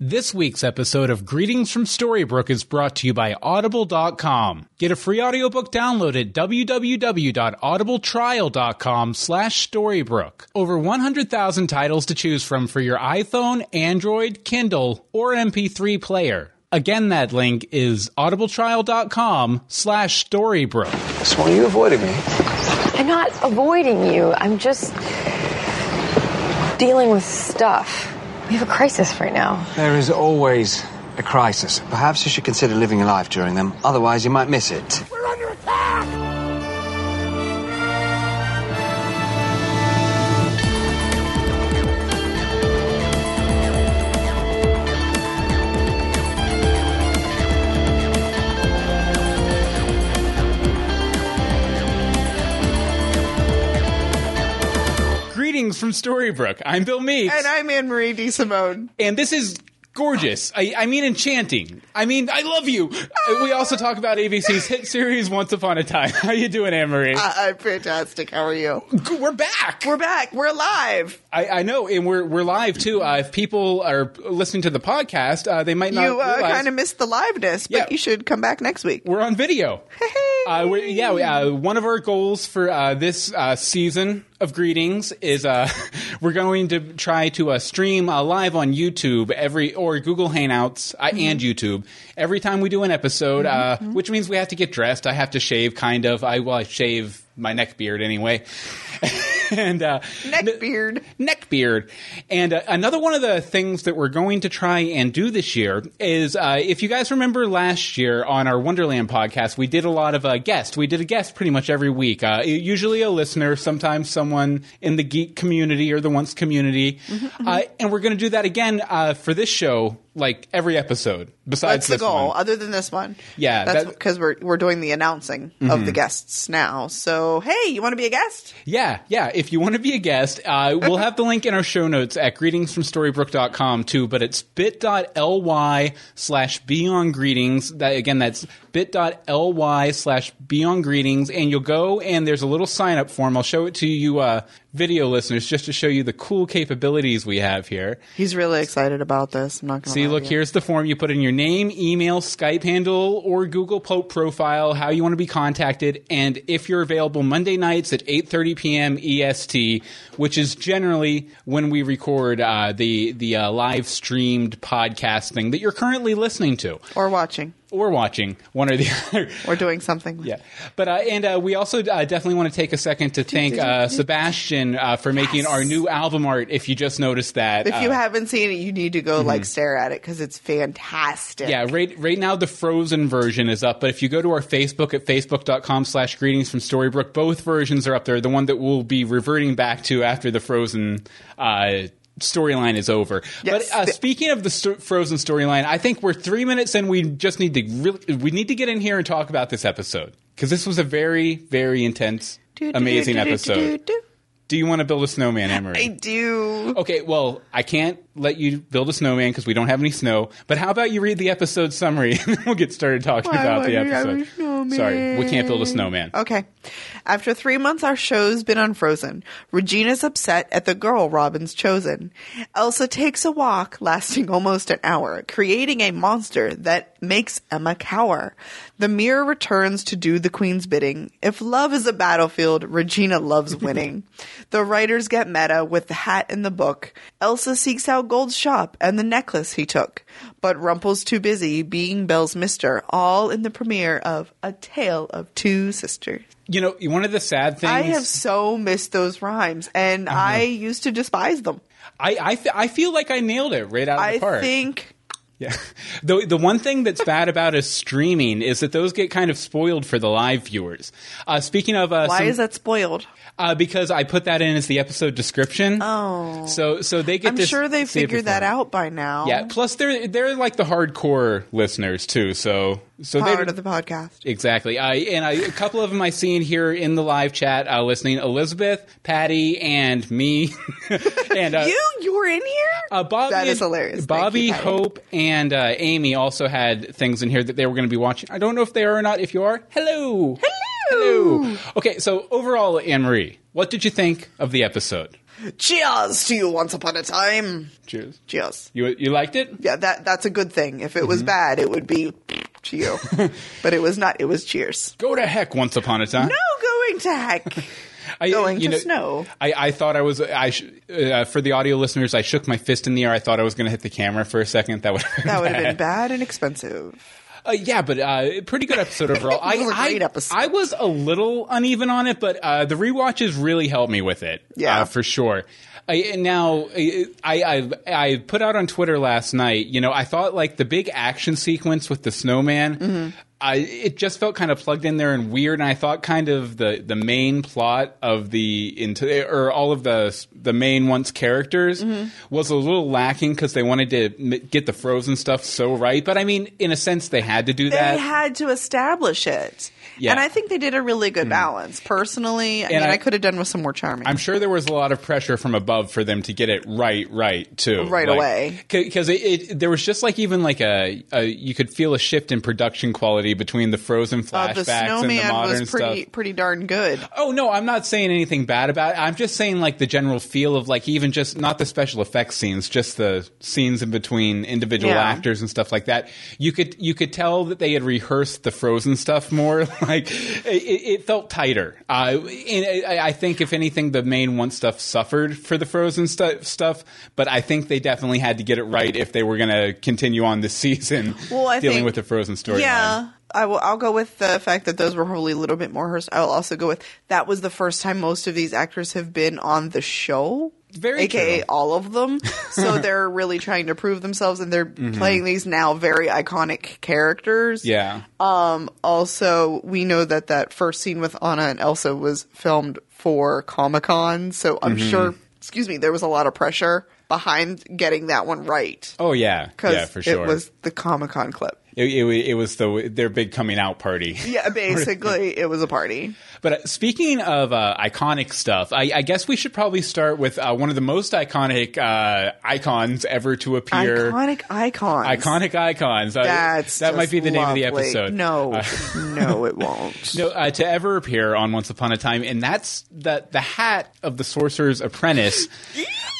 This week's episode of Greetings from Storybrooke is brought to you by Audible.com. Get a free audiobook download at www.audibletrial.com slash Storybrooke. Over 100,000 titles to choose from for your iPhone, Android, Kindle, or MP3 player. Again, that link is audibletrial.com slash Storybrooke. Swan, you avoided me. I'm not avoiding you. I'm just dealing with stuff. We have a crisis right now. There is always a crisis. Perhaps you should consider living a life during them, otherwise, you might miss it. We're under attack! Greetings from Storybrooke. I'm Bill Meeks. And I'm Anne Marie De Simone. and this is gorgeous. I, I mean, enchanting. I mean, I love you. We also talk about ABC's hit series Once Upon a Time. How you doing, Anne Marie? I- I'm fantastic. How are you? we're back. We're back. We're alive. I, I know, and we're we're live too. Uh, if people are listening to the podcast, uh, they might not you uh, realize kind of missed the liveness, but Yeah. you should come back next week. we're on video. Uh, we yeah, we, uh, one of our goals for uh, this uh, season of greetings is uh, we're going to try to uh, stream uh, live on YouTube every or Google Hangouts Mm-hmm. uh, and YouTube every time we do an episode, uh, which means we have to get dressed. I have to shave, kind of. I well, I shave my neck beard anyway, and uh, Neck beard. Neckbeard. And uh, another one of the things that we're going to try and do this year is uh, if you guys remember last year on our Wonderland podcast, we did a lot of uh, guests. We did a guest pretty much every week, uh, usually a listener, sometimes someone in the geek community or the once community. Uh, and we're going to do that again uh, for this show, like every episode, besides That's the this goal. one. Other than this one, Yeah, that's that- Mm-hmm. because we're we're doing the announcing of the guests now. So hey, you want to be a guest? Yeah, yeah. If you want to be a guest, uh, we'll have the link in our show notes at greetingsfromstorybrooke.com too, but it's bit.ly slash beyond greetings. That, again, that's bit.ly slash beyond greetings. And you'll go and there's a little sign up form. I'll show it to you, uh, video listeners, just to show you the cool capabilities we have here. He's really excited about this. I'm not going to See, look, here's the form. You put in your name, email, Skype handle, or Google Pope profile, how you want to be contacted, and if you're available Monday nights at 8.30 p.m. EST, E which is generally when we record uh, the, the uh, live streamed podcast thing that you're currently listening to Or watching, or watching, one or the other. or doing something. Yeah, but uh, and uh, we also uh, definitely want to take a second to thank uh, Sebastian uh, for making our new album art. If you just noticed that, If you uh, Mm-hmm. haven't seen it, you need to go like stare at it because it's fantastic. Yeah, right, right now the frozen version is up, but if you go to our Facebook at facebook.com slash greetings from Storybrooke, both versions are up there. The one that we'll be reverting back to after the frozen uh, storyline is over. Yes. But uh, speaking of the sto- frozen storyline, I think we're three minutes in. We just need to really, we need to get in here and talk about this episode because this was a very, very intense, Do, do, amazing do, do, do, do, episode. do. Do you want to build a snowman, Emery? I do. Okay, well, I can't let you build a snowman because we don't have any snow. But how about you read the episode summary and then we'll get started talking Why about would the we have a episode. Sorry, we can't build a snowman. Okay. After three months, our show's been unfrozen. Regina's upset at the girl Robin's chosen. Elsa takes a walk lasting almost an hour, creating a monster that makes Emma cower. The mirror returns to do the queen's bidding. If love is a battlefield, Regina loves winning. the writers get meta with the hat and the book. Elsa seeks out Gold's shop and the necklace he took. But Rumple's too busy being Belle's mister, all in the premiere of A Tale of Two Sisters. You know, one of the sad things I have so missed those rhymes, and I used to despise them. I, I, fe- I feel like I nailed it right out of I the park. think Yeah. The, the one thing that's bad about is streaming is that those get kind of spoiled for the live viewers. Uh, speaking of, uh, why some- is that spoiled? uh, because I put that in as the episode description. Oh, so so they get. I'm to sure they see it figured that before. out by now. Yeah. Plus, they're they're like the hardcore listeners too. So so they part of the podcast. exactly. I and I, a couple of them I seen here in the live chat uh, listening. Elizabeth, Patty, and me, and uh, you you were in here. uh, Bobby. That is and- hilarious. Thank Bobby, you, Patty. Hope, and uh, Amy also had things in here that they were going to be watching. I don't know if they are or not. If you are, hello, Hello. hello. Okay, so overall, Anne Marie, what did you think of the episode? Cheers to you once upon a time. Cheers. Cheers. You you liked it? Yeah, that that's a good thing. If it was bad, it would be to you. but it was not. It was cheers. Go to heck once upon a time. No going to heck. I, going to snow. I, I thought I was. I sh- uh, for the audio listeners, I shook my fist in the air. I thought I was going to hit the camera for a second. That would That would have been bad and expensive. Uh, yeah, but uh, pretty good episode overall. I, It was a great I, episode. I was a little uneven on it, but uh, the rewatches really helped me with it. Yeah. uh, for sure. I, and now I, I I I put out on Twitter last night. You know, I thought like the big action sequence with the snowman. I, it just felt kind of plugged in there and weird, and I thought kind of the, the main plot of the into or all of the the main one's characters was a little lacking because they wanted to m- get the frozen stuff so right. But I mean, in a sense, they had to do They that. had to establish it. Yeah. Mm. And I think they did a really good balance. Personally, I mean, I- I, could have done with some more charming. I'm sure there was a lot of pressure from above for them to get it right, right too, Right away. because it, it, there was just like even like a, a you could feel a shift in production quality between the Frozen Uh, flashbacks the and the snowman modern was pretty stuff. pretty darn good. Oh no, I'm not saying anything bad about it. I'm just saying like the general feel of like even just not the special effects scenes, just the scenes in between individual Yeah. actors and stuff like that. You could you could tell that they had rehearsed the Frozen stuff more. like it, it felt tighter. Uh, and I, I think if anything, the main one stuff suffered for the Frozen stu- stuff. But I think they definitely had to get it right if they were going to continue on this season Well, I dealing think- with the Frozen storyline. Yeah. I will, I'll go with the fact that those were probably a little bit more rehearsed. I'll also go with that was the first time most of these actors have been on the show. Very AKA true. all of them. so they're really trying to prove themselves and they're playing these now very iconic characters. Mm-hmm. Yeah. Um, also, we know that that first scene with Anna and Elsa was filmed for Comic Con. So I'm Mm-hmm. sure, excuse me, there was a lot of pressure behind getting that one right. Oh yeah, Because yeah, for sure. it was the Comic Con clip. It, it, wa- it was the their big coming out party. Yeah, basically, it was a party. But uh, speaking of uh, iconic stuff, I, I guess we should probably start with uh, one of the most iconic uh, icons ever to appear. Iconic icons. Iconic icons. Uh, That's that might just be the name of the lovely. episode. Uh, No, no, it won't. No, uh, to ever appear on Once Upon a Time, and that's the the hat of the Sorcerer's Apprentice,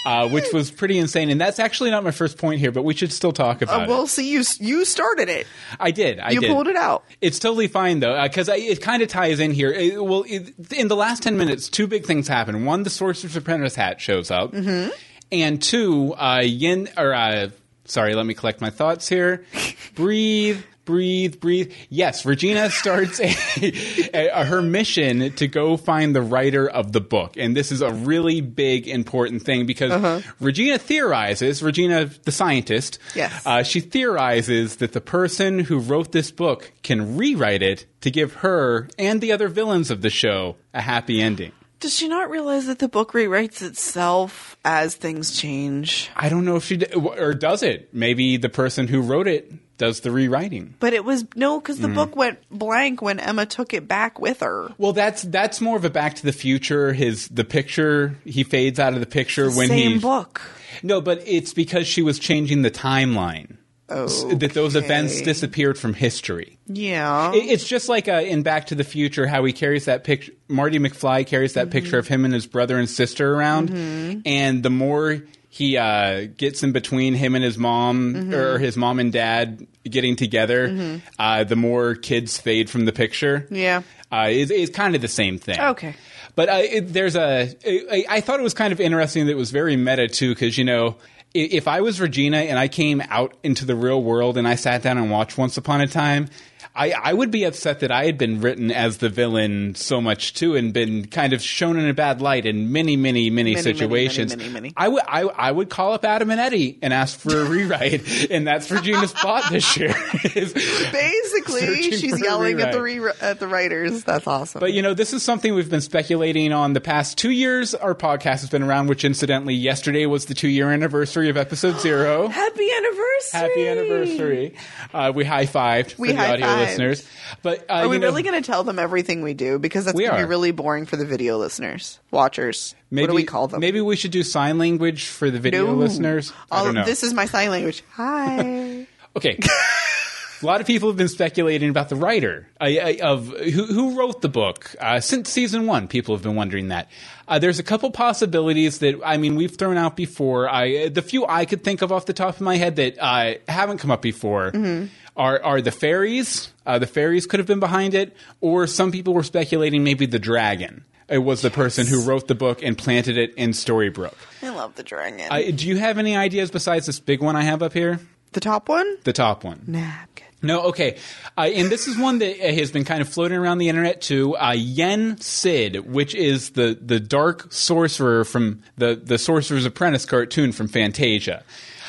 uh, which was pretty insane. And that's actually not my first point here, but we should still talk about Uh, well, it. see, you you started it. I did. I You did. pulled it out. It's totally fine though, because I it kind of ties in here. It- well, it, in the last ten minutes, two big things happen. One, the Sorcerer's Apprentice hat shows up, and two, uh, Yin or uh, sorry, let me collect my thoughts here. breathe. Breathe, breathe. Yes, Regina starts a, a, her mission to go find the writer of the book, and this is a really big, important thing because Regina theorizes. Regina, the scientist, Yes. uh, she theorizes that the person who wrote this book can rewrite it to give her and the other villains of the show a happy ending. Does she not realize that the book rewrites itself as things change? I don't know if she d- or does it. Maybe the person who wrote it does the rewriting. But it was no, because Mm. the book went blank when Emma took it back with her. Well, that's that's more of a Back to the Future. His the picture he fades out of the picture when Same he book. no, but it's because she was changing the timeline. S- That those events Okay. disappeared from history. Yeah. It- It's just like uh, in Back to the Future how he carries that picture. Marty McFly carries that picture of him and his brother and sister around, and the more he uh, gets in between him and his mom or his mom and dad getting together, uh, the more kids fade from the picture. Yeah. uh, it, it's kind of the same thing. Okay. But uh, it, there's a. I- I thought it was kind of interesting that it was very meta too, because you know, i- if I was Regina and I came out into the real world and I sat down and watched Once Upon a Time, I, I would be upset that I had been written as the villain so much too, and been kind of shown in a bad light in many, many, many, many, situations. many, many, many. I would I, I would call up Adam and Eddie and ask for a rewrite, and that's Regina's plot this year. is- Basically, Searching for she's a yelling at the re- rewrite. at the writers. That's awesome. But you know, this is something we've been speculating on the past two years. Our podcast has been around, which incidentally, yesterday was the two year anniversary of episode zero. happy anniversary! Happy anniversary! Uh, we high fived for We the audio high-fived. listeners. But uh, Are we you know, really going to tell them everything we do? Because that's We going to be are. really boring for the video listeners, watchers. what do we call them? Maybe we should do sign language for the video No. listeners. I All- don't know. This is my sign language. Hi. okay. A lot of people have been speculating about the writer uh, uh, of who, who wrote the book uh, since season one. People have been wondering that. Uh, there's a couple possibilities that I mean we've thrown out before. I the few I could think of off the top of my head that uh, haven't come up before are are the fairies. Uh, the fairies could have been behind it, or some people were speculating maybe the dragon. It was the person who wrote the book and planted it in Storybrooke. I love the dragon. Uh, do you have any ideas besides this big one I have up here? the top one? The top one. Napkin. No, okay. Uh, and this is one that uh, has been kind of floating around the internet too. Uh, Yen Sid, which is the, the dark sorcerer from the, the Sorcerer's Apprentice cartoon from Fantasia.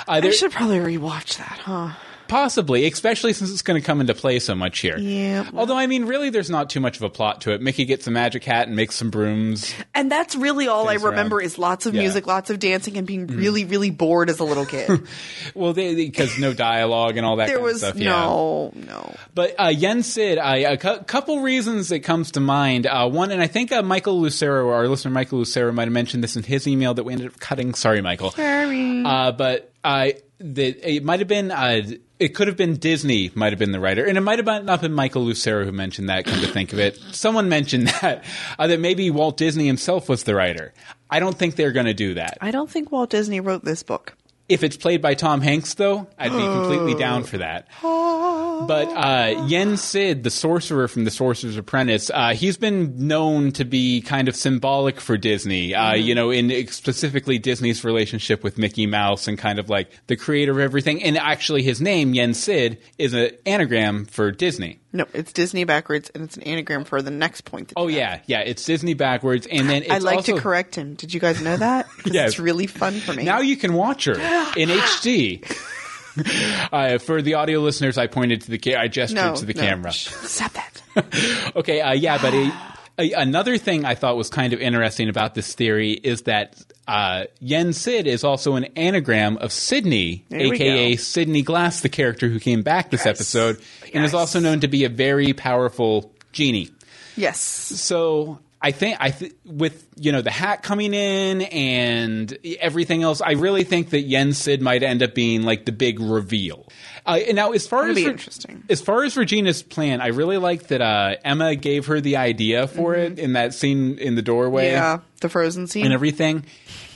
Uh, I there, should probably rewatch that, huh? possibly, especially since it's going to come into play so much here. Yeah. Although, I mean, really, there's not too much of a plot to it. Mickey gets a magic hat and makes some brooms. And that's really all I Things around. remember is lots of Yeah. Mm. music, lots of dancing, and being really, really bored as a little kid. Well, because no dialogue and all that there kind was of stuff. yeah. no, no. But uh, Yen Sid, I, a cou- couple reasons that comes to mind. Uh, one, and I think uh, Michael Lucero, our listener Michael Lucero, might have mentioned this in his email that we ended up cutting. Sorry, Michael. Sorry. Uh, but I, the, it might have been. Uh, it could have been Disney, might have been the writer, and it might have not been Michael Lucero who mentioned that. Come to think of it, someone mentioned that uh, that maybe Walt Disney himself was the writer. I don't think they're going to do that. I don't think Walt Disney wrote this book. If it's played by Tom Hanks, though, I'd be completely down for that. But uh, Yen Sid, the sorcerer from The Sorcerer's Apprentice, uh, he's been known to be kind of symbolic for Disney, uh, Mm-hmm. you know, in specifically Disney's relationship with Mickey Mouse and kind of like the creator of everything. And actually, his name, Yen Sid, is an anagram for Disney. No, it's Disney backwards, and it's an anagram for the next point. that Oh, you have. yeah. Yeah. It's Disney backwards. And then it's I like also- to correct him. Did you guys know that? 'Cause Yes. It's really fun for me. Now you can watch her in HD. Uh, for the audio listeners, I pointed to the ca- I gestured no, to the no. camera. Shh, Stop that. okay, uh, yeah, but a, a, another thing I thought was kind of interesting about this theory is that uh, Yen Sid is also an anagram of Sydney, There we aka go. Sydney Glass, the character who came back this episode, and is Yes. also known to be a very powerful genie. Yes. So I think I th- with you know the hat coming in and everything else, I really think that Yen Sid might end up being like the big reveal. Uh, and now, as far as That'd be Re- interesting. as far as Regina's plan, I really like that uh, Emma gave her the idea for it in that scene in the doorway Mm-hmm. Yeah. The frozen scene. and everything.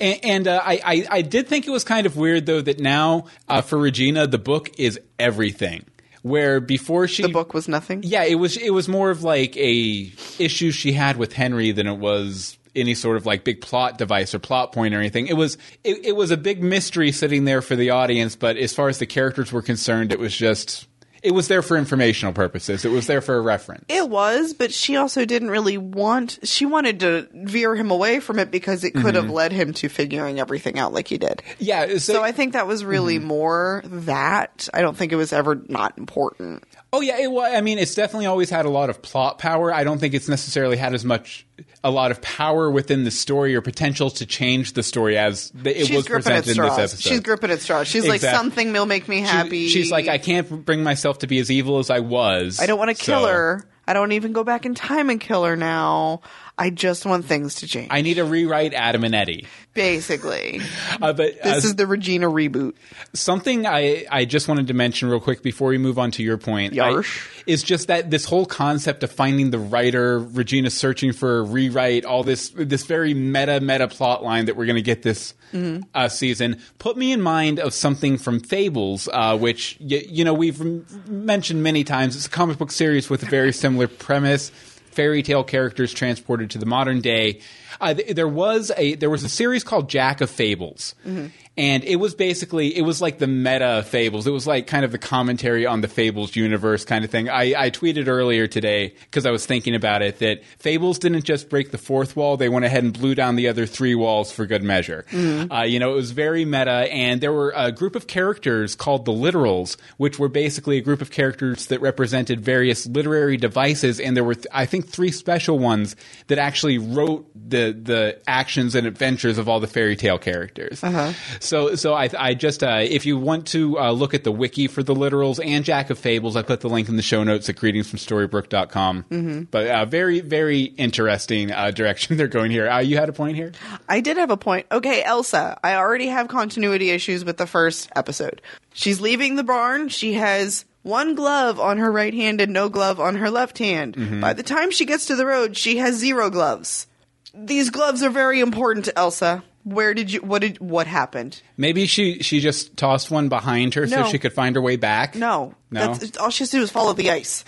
And, and uh, I, I, I did think it was kind of weird though that now uh, for Regina the book is everything. Where before she the book was nothing. yeah, it was it was more of like a issue she had with Henry than it was any sort of like big plot device or plot point or anything. It was it, it was a big mystery sitting there for the audience, but as far as the characters were concerned, it was just it was there for informational purposes. It was there for a reference. It was, but she also didn't really want. She wanted to veer him away from it because it could Mm-hmm. have led him to figuring everything out like he did. yeah, so, So I think that was really Mm-hmm. more that. I don't think it was ever not important. oh yeah, it was. I mean, it's definitely always had a lot of plot power. I don't think it's necessarily had as much a lot of power within the story or potential to change the story as th- it She's was gripping presented at in this straws. episode. She's gripping at straws. She's like, Exactly. something will make me She- happy. she's like, I can't bring myself to be as evil as I was. I don't want to kill so her. I don't even go back in time and kill her now. I just want things to change. I need to rewrite Adam and Eddie. Basically, Uh, but uh, this is the Regina reboot. something I, I just wanted to mention real quick before we move on to your point I- Yarsh. is just that this whole concept of finding the writer, Regina searching for a rewrite, all this this very meta meta plot line that we're going to get this Mm-hmm. uh, season put me in mind of something from Fables, uh, which y- you know we've m- mentioned many times. It's a comic book series with a very similar premise. Fairy tale characters transported to the modern day. Uh, th- there was a there was a series called Jack of Fables, and it was basically it was like the meta fables it was like kind of the commentary on the fables universe kind of thing i, I tweeted earlier today because i was thinking about it that fables didn't just break the fourth wall they went ahead and blew down the other three walls for good measure uh, you know it was very meta and there were a group of characters called the literals which were basically a group of characters that represented various literary devices and there were th- i think three special ones that actually wrote the the actions and adventures of all the fairy tale characters Uh-huh. so, so I, I just uh, if you want to uh, look at the wiki for the literals and Jack of Fables, I put the link in the show notes at greetingsfromstorybrooke.com. Mm-hmm. But uh, very, very interesting uh, direction they're going here. Uh, you had a point here. I did have a point. Okay, Elsa, I already have continuity issues with the first episode. She's leaving the barn. She has One glove on her right hand and no glove on her left hand. Mm-hmm. By the time she gets to the road, she has zero gloves. These gloves are very important to Elsa. Where did you what did what happened? Maybe she she just tossed one behind her so No. she could find her way back. No. No? That's, all she has to do is follow the ice.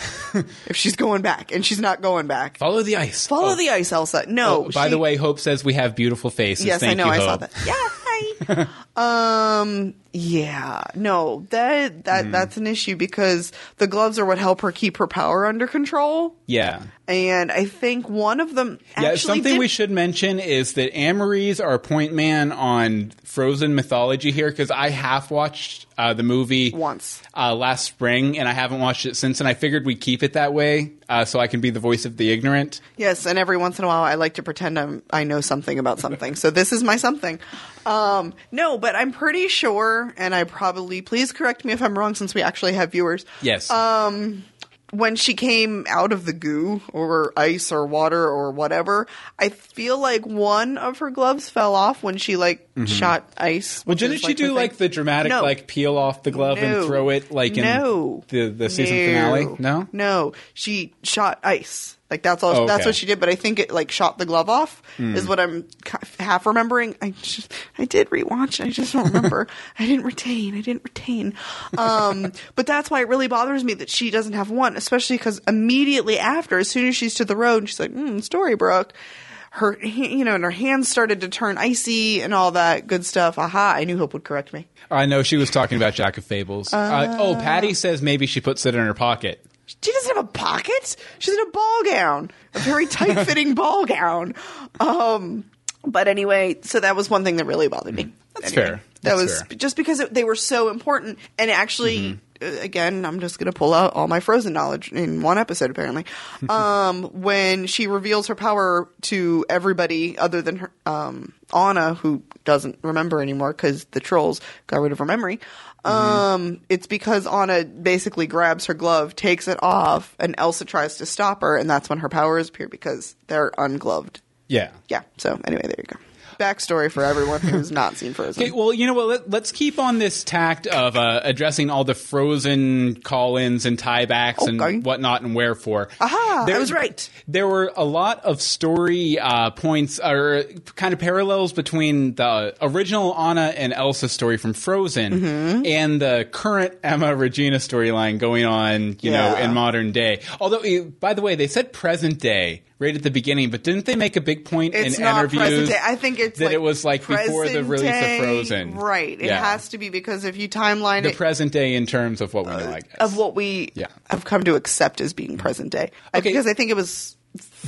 if she's going back, and she's not going back. Follow the ice. Follow Oh, the ice, Elsa. No. By she- the way, Hope says we have beautiful faces. yes, Thank I know. you, I saw Hope. that. Yeah. hi. um. Yeah. No. That that Hmm. that's an issue because the gloves are what help her keep her power under control, Yeah. and I think one of them. Yeah, actually something did- we should mention is that Anne-Marie's our point man on Frozen mythology here because I half watched uh, the movie Once. uh, last spring and I haven't watched it since. And I figured we'd keep it that way uh, so I can be the voice of the ignorant. Yes, and every once in a while, I like to pretend I'm I know something about something. So this is my something. Um, no, but I'm pretty sure, and I probably please correct me if I'm wrong, since we actually have viewers. Yes, Uh, when she came out of the goo or ice or water or whatever, I feel like one of her gloves fell off when she like shot ice. Mm-hmm. Well, which didn't is, she like, her do thing. like the dramatic, No. like peel off the glove and No. throw it like in No. the the season No. finale? No, no, she shot ice. Like that's all. Oh, That's okay. Hmm. what she did. But I think it like shot the glove off. Is what I'm ki- half remembering. I just I did rewatch. it. I just don't remember. I didn't retain. I didn't retain. Um, but that's why it really bothers me that she doesn't have one, especially because immediately after, as soon as she's to the road, she's like, mm, "Storybrooke." Her, ha- you know, and her hands started to turn icy and all that good stuff. Aha! I knew Hope would correct me. I know Uh, she was talking about Jack of Fables. Uh, oh, Patty says maybe she puts it in her pocket. She doesn't have a pocket. She's in a ball gown, a very tight fitting ball gown. Um, but anyway, so that was one thing that really bothered me. That's fair. That Mm-hmm. That's was fair. Mm-hmm. just because it, they were so important. And actually, uh, again, I'm just going to pull out all my Frozen knowledge in one episode, apparently. um, when she reveals her power to everybody other than her, um, Anna, who doesn't remember anymore because the trolls got rid of her memory. Mm-hmm. Um, it's because Anna basically grabs her glove, takes it off, and Elsa tries to stop her, and that's when her powers appear because they're ungloved. Yeah. Yeah. So anyway, there you go. Backstory for everyone who's not seen Frozen. Okay, well, you know what? Let, us keep on this tact of uh, addressing all the frozen call-ins and tiebacks Okay. and whatnot and wherefore. Aha, I There- was right. There were a lot of story uh, points or kind of parallels between the original Anna and Elsa story from Frozen Mm-hmm. and the current Emma Regina storyline going on, you know, Yeah. in modern day. Although, eh, by the way, they said present day. Right at the beginning, but didn't they make a big point it's in not interviews? present day. I think it's that like it was like before the present release day. of Frozen, Right. It Yeah. has to be because if you timeline the it present day in terms of what we know. I guess. Uh, of what we Yeah. have come to accept as being present day, I- Okay. because I think it was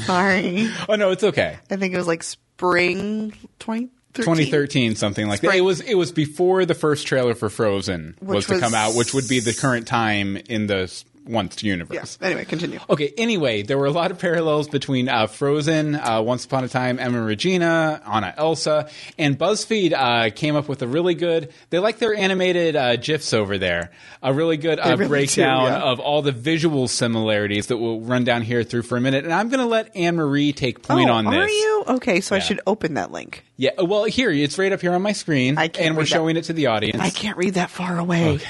sorry, oh no, it's okay. I think it was like spring 2013. 2013, something like that. Spring. It was it was before the first trailer for Frozen Which was to was- come out, which would be the current time in the s- once Yeah. universe. Anyway, continue. Okay. Anyway, there were a lot of parallels between uh, Frozen, uh, Once Upon a Time, Emma Regina, Anna Elsa, and BuzzFeed uh, came up with a really good. They like their animated uh, gifs over there. A really good uh, really do, breakdown yeah. of all the visual similarities that we'll run down here through for a minute. And I'm going to let Anne Marie take point Oh, on this. Are you okay? So I should open that link. Yeah. Well, here it's right up here on my screen, I can't and we're read that. showing it to the audience. I can't read that far away.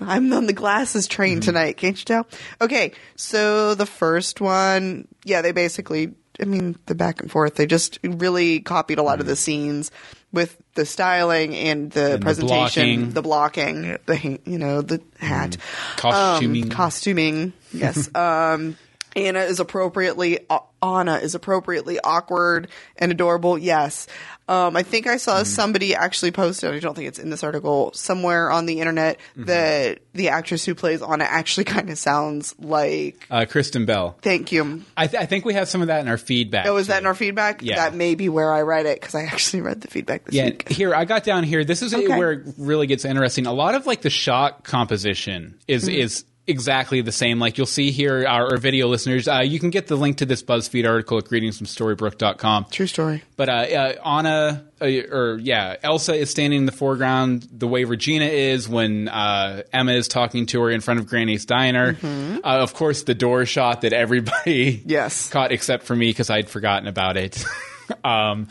I'm on the glasses train tonight, can't you tell? Okay, so the first one, yeah, they basically, I mean, the back and forth, they just really copied a lot of the scenes with the styling and the blocking. presentation, the blocking, the, ha- you know, the hat, Costuming. um, costuming, yes. um, Anna is appropriately uh, Anna is appropriately awkward and adorable. Yes, um, I think I Mm-hmm. saw somebody actually posted. I don't think it's in this article somewhere on the internet Mm-hmm. that the actress who plays Anna actually kind of sounds like. uh, Kristen Bell. Thank you. I, th- I think we have some of that in our feedback. Oh, was that in our feedback? Yeah. That may be where I read it because I actually read the feedback this Yeah, week. here I got down here. This is Okay. where it really gets interesting. A lot of like the shot composition is Hmm. is exactly the same. Like you'll see here, our, our video listeners, uh, you can get the link to this BuzzFeed article at greetingsfromstorybrooke.com. True story. But uh, uh, Anna, uh, or yeah, Elsa is standing in the foreground the way Regina is when uh, Emma is talking to her in front of Granny's diner. Uh, of course, the door shot that everybody Yes. caught except for me because I'd forgotten about it. um,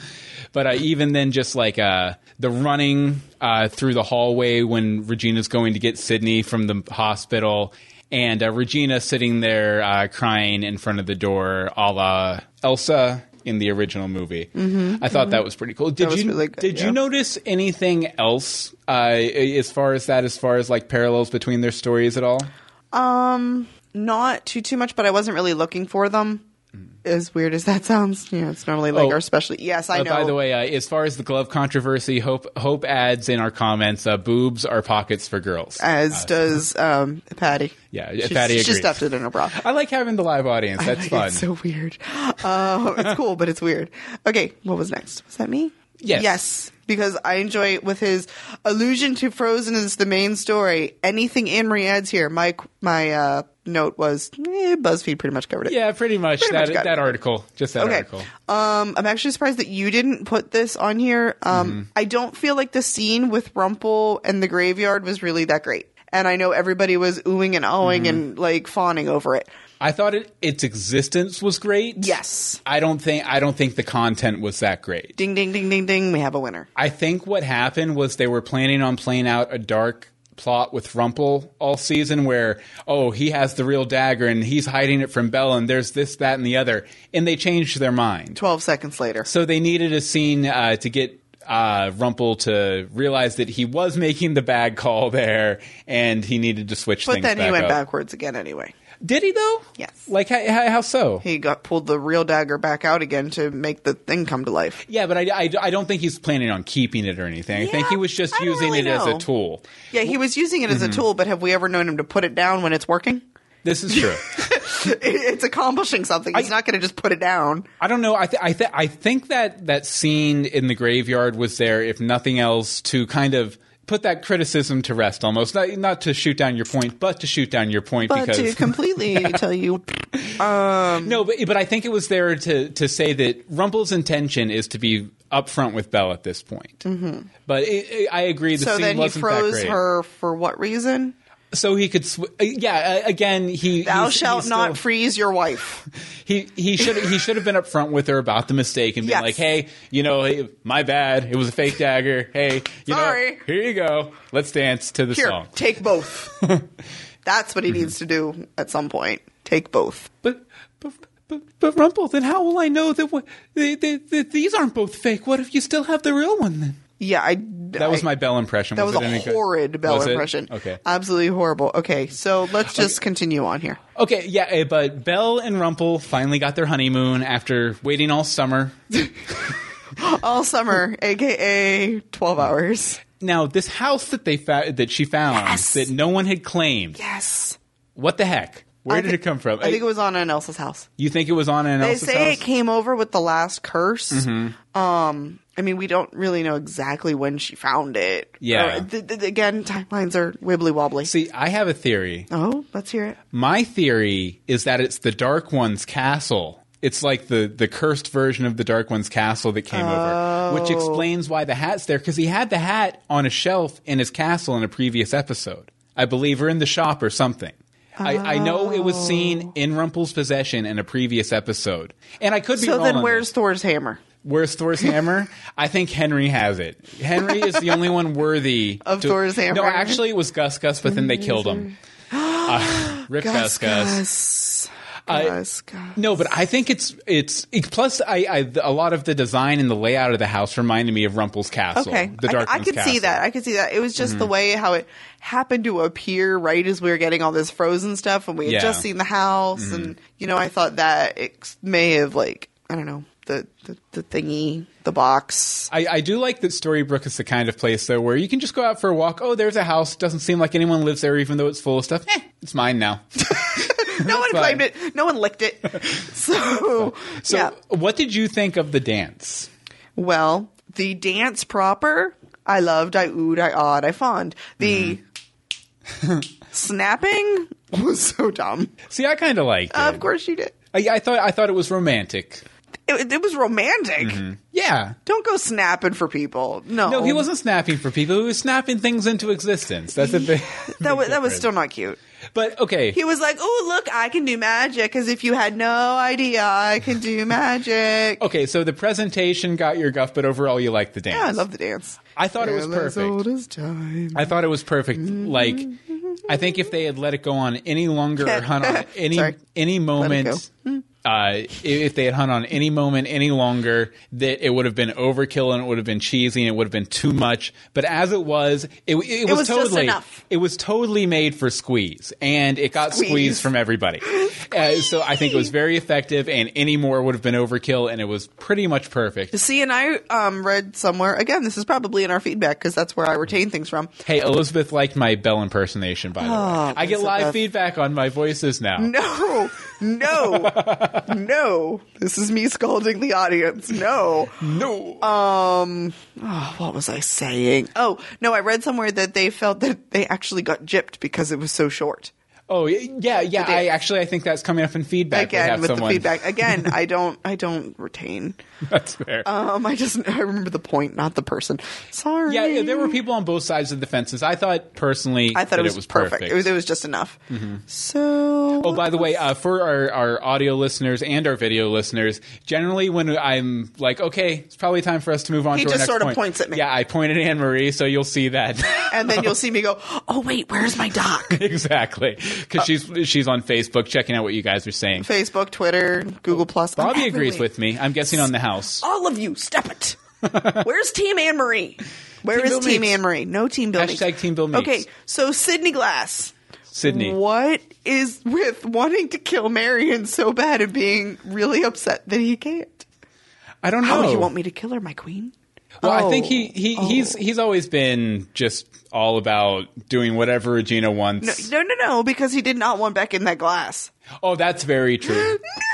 but uh, even then, just like uh, the running uh, through the hallway when Regina's going to get Sydney from the hospital, and uh, Regina sitting there uh, crying in front of the door, a la Elsa in the original movie. I thought that was pretty cool. Did Mm-hmm. was you really good, did yeah. you notice anything else uh, as far as that? As far as like parallels between their stories at all? Not too too much, but I wasn't really looking for them. As weird as that sounds, you know, it's normally like Mm. Oh. our specialty. Yes, I Uh, know. By the way, uh, as far as the glove controversy, Hope Hope adds in our comments, uh, boobs are pockets for girls. as does um, Patty. Uh, Yeah, She's- Patty She agrees. stuffed it in her bra. I like having the live audience. That's fun. It's so weird. Uh, it's cool, but it's weird. Okay, what was next? Was that me? Yes. Yes, because I enjoy with his allusion to Frozen is the main story. Anything Amory adds here, my my uh, note was eh, BuzzFeed pretty much covered it. yeah, pretty much Pretty that much got that it. article. Just that Okay. article. Um, I'm actually surprised that you didn't put this on here. Um, Mm-hmm. I don't feel like the scene with Rumple and the graveyard was really that great. And I know everybody was oohing and awing Mm-hmm. and like fawning over it. I thought it, its existence was great. Yes. I don't think I don't think the content was that great. Ding, ding, ding, ding, ding. We have a winner. I think what happened was they were planning on playing out a dark plot with Rumple all season where, oh, he has the real dagger and he's hiding it from Bella and there's this, that, and the other. And they changed their mind. 12 seconds later. So they needed a scene uh, to get uh, Rumple to realize that he was making the bad call there and he needed to switch But things then back he went up. backwards again anyway. Did he though? Yes. Like, how, how, how so? He got pulled the real dagger back out again to make the thing come to life. Yeah, but I, I, I don't think he's planning on keeping it or anything. I think Yeah, he was just I don't using really it as a know. tool. Yeah, he was using it as Mm-hmm. a tool, but have we ever known him to put it down when it's working? This is true. It- It's accomplishing something. He's not going to just put it down. I don't know. I th- I, th- I think that that scene in the graveyard was there, if nothing else, to kind of put that criticism to rest. Almost not not to shoot down your point, but to shoot down your point But because to completely tell you, no, but but I think it was there to to say that Rumple's intention is to be upfront with Belle at this point. Mm-hmm. But it, it- I agree. The so scene then he wasn't that froze great. her for what reason? so he could. Sw- uh, yeah, uh, again, he Thou he's- shalt he's not still- freeze your wife. He he should he should have been upfront with her about the mistake and been Yes. like, hey, you know, hey, my bad, it was a fake dagger. Hey, you know, Sorry. here you go, let's dance to the Here, song. take both. That's what he needs to do at some point. Take both. But but but, but Rumple, then how will I know that what, th th th these aren't both fake? What if you still have the real one then? Yeah, I. That was my Bell impression. That was, it any a good? horrid Bell Was it? impression. Uh, Okay. Absolutely horrible. Okay, so let's just continue on here. Okay, yeah, eh, but Bell and Rumple finally got their honeymoon after waiting all summer. All summer, aka 12 hours. Now, this house that they fa- that she found Yes. that no one had claimed. Yes. What the heck? Where I did thi- it come from? Eh, I think it was on an Elsa's house. You think it was on an They else's say house? Mm-hmm. it came over with the last curse. Um, I mean, we don't really know exactly when she found it. Yeah. Or- th- th- again, timelines are wibbly wobbly. See, I have a theory. oh, let's hear it. My theory is that it's the Dark One's castle. It's like the, the cursed version of the Dark One's castle that came over, Oh. which explains why the hat's there because he had the hat on a shelf in his castle in a previous episode, I believe, or in the shop or something. I, I know it was Oh. seen in Rumple's possession in a previous episode, and I could be So wrong. then, on where's this. Thor's hammer? Where's Thor's hammer? I think Henry has it. Henry is the only one worthy Of Thor's hammer. No, actually, it was Gus Gus, but then they killed him. Uh, rip Gus Gus. Gus. I- Gus, Gus. No, but I think it's it's it- plus I, I a lot of the design and the layout of the house reminded me of Rumple's Castle. Okay, the Mm-hmm. Dark I, I could see that. I could see that. It was just the way how it happened to appear right as we were getting all this frozen stuff, and we had Yeah. Mm-hmm. just seen the house, and you know, I thought that it ex- may have like I don't know the the, the thingy, the box. I, I do like that Storybrooke is the kind of place though where you can just go out for a walk. Oh, there's a house. Doesn't seem like anyone lives there, even though it's full of stuff. Eh, it's mine now. No one fine. claimed it. No one licked it. So, So, yeah. what did you think of the dance? Well, the dance proper, I loved. I oohed. I awed. I fawned. The Mm-hmm. snapping was so dumb. See, I kind of liked it. Uh, of course, you did. I, I thought I thought it was romantic. It, it was romantic. Yeah. Don't go snapping for people. No, Mm-hmm. No, he wasn't snapping for people. He was snapping things into existence. That's a big. That was that was still not cute. But okay. He was like, "Oh, look, I can do magic." As if you had no idea, I can do magic. Okay, so the presentation got your guff, but overall you liked the dance. Yeah, I love the dance. I thought it was Well, as old Mm-hmm. perfect. as time. I thought it was perfect. Like, I think if they had let it go on any longer or hung on any Sorry. any go. Mm. moment, uh, i- if they had hung on any moment any longer, that it would have been overkill and it would have been cheesy and it would have been too much. But as it was, it, it, was, was just totally enough. it was totally made for squeeze, and it got Squeeze. squeezed from everybody. Uh, so I think it was very effective, and any more would have been overkill, and it was pretty much perfect. See, and I um, read somewhere again. This is probably in our feedback because that's where I retain things from. Hey, Elizabeth liked my Bell impersonation, by the way. I get live Oh, Elizabeth. feedback on my voices now. No, no, no. This is me scolding the audience. No. No. Oh, what was I saying? Oh, no, I read somewhere that they felt that they actually got gypped because it was so short. oh, y- yeah, yeah. I actually I think that's coming up in feedback. We Again, have with someone. the feedback. Again, I don't, I don't retain. That's fair. Um, I just, I remember the point, not the person. Sorry. yeah, yeah, there were people on both sides of the fences. I thought personally, I thought that it was, perfect. It, was, it was just enough. So. Mm-hmm. Oh, by the way, uh, for our, our audio listeners and our video listeners, generally when I'm like, okay, it's probably time for us to move on He to our just next sort of point. points at me. Yeah, I pointed at Anne Marie, so you'll see that. and then you'll see me go, oh, wait, where's my doc? exactly. Because Uh, she's, she's on Facebook checking out what you guys are saying. Facebook, Twitter, Google Plus. I'm Bobby agrees everywhere. with me. I'm guessing on the house. All of you, step it. Where's Team Anne Marie? Where Team is Bill Team Meeks. Anne Marie? No Team Bill. Meeks. Hashtag Team Bill Meeks. Okay, so Sydney Glass. Sydney. What is with wanting to kill Marion so bad and being really upset that he can't? I don't How know. you want me to kill her, my queen? well, I think Oh. he, he he's he's always been just all about doing whatever Regina No, wants. no, no, no, because he did not want Beck in that glass. Oh, that's very true.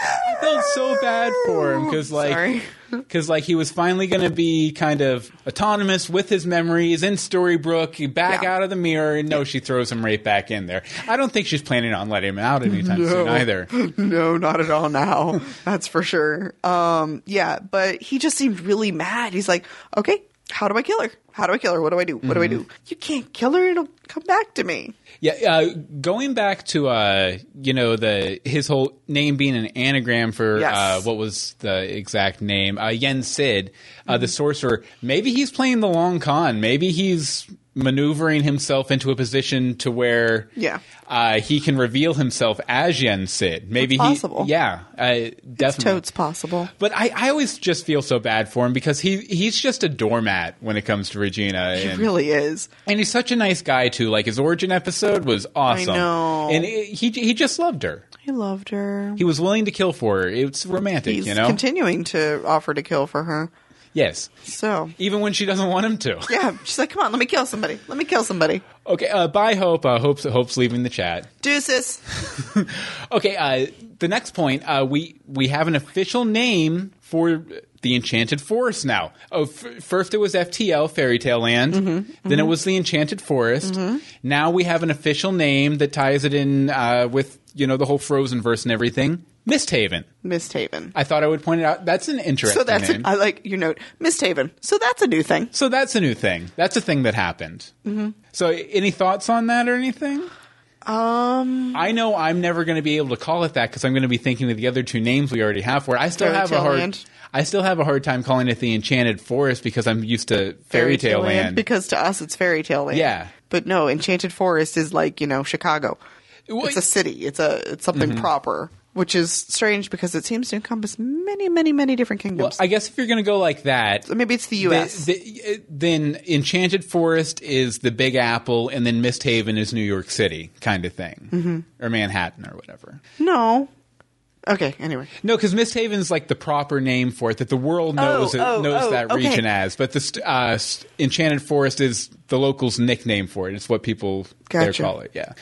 I felt so bad for him because Sorry. like because like he was finally going to be kind of autonomous with his memories in Storybrooke, back Yeah. out of the mirror. And no, she throws him right back in there. I don't think she's planning on letting him out anytime soon either. No, not at all now. That's for sure. Um, yeah, but he just seemed really mad. He's like, okay, how do I kill her? How do I kill her? What do I do? What do I Mm-hmm. do? You can't kill her. It'll come back to me. Yeah, uh, going back to uh, you know the his whole name being an anagram for Yes. uh, what was the exact name? Uh, Yen Sid, uh, Mm-hmm. the sorcerer. Maybe he's playing the long con. Maybe he's maneuvering himself into a position to where Yeah. uh, he can reveal himself as Yen Sid. Maybe It's he- possible. Yeah, uh, definitely. Toad's possible. But I, I always just feel so bad for him because he he's just a doormat when it comes to Regina. He and- really is. and he's such a nice guy too. Like his origin episode was awesome. I know. And it, he he just loved her. He loved her. He was willing to kill for her. It's romantic, He's you know. continuing to offer to kill for her. yes, So even when she doesn't want him to. yeah, she's like, come on, let me kill somebody. Let me kill somebody. Okay, uh, bye, Hope. Uh, Hope's Hope's leaving the chat. Deuces. Okay, uh, the next point. Uh, we we have an official name for the Enchanted Forest now. Oh, f- first it was FTL Fairy Tale Land. Mm-hmm, Then it was the Enchanted Forest. Now we have an official name that ties it in uh, with you know the whole Frozen verse and everything. Misthaven. Miss Haven. I thought I would point it out. That's an interesting So that's name. I like your note, Miss Haven. So that's a new thing. so that's a new thing. That's a thing that happened. Mm-hmm. So any thoughts on that or anything? Um, I know I'm never going to be able to call it that because I'm going to be thinking of the other two names we already have for it. I still Fairy have a Tale hard. Land. I still have a hard time calling it the Enchanted Forest because I'm used to Fairy Tale Land. Because to us, it's fairy tale land. Yeah. But no, Enchanted Forest is like, you know, Chicago. Well, Mm-hmm. it's a city, it's a it's something proper, which is strange because it seems to encompass many, many, many different well, kingdoms. I guess if you're going to go like that, So Maybe it's the the- U.S. the- uh, then Enchanted Forest is the Big Apple, and then Mist Haven is New York City, kind of thing, Mm-hmm. or Manhattan, or whatever. no. Okay, anyway. No, because Miss Haven's like the proper name for it that the world knows it, oh, knows oh, that okay. region as. But the st- uh, s- Enchanted Forest is the locals' nickname for it. It's what people there Gotcha. call it. Yeah,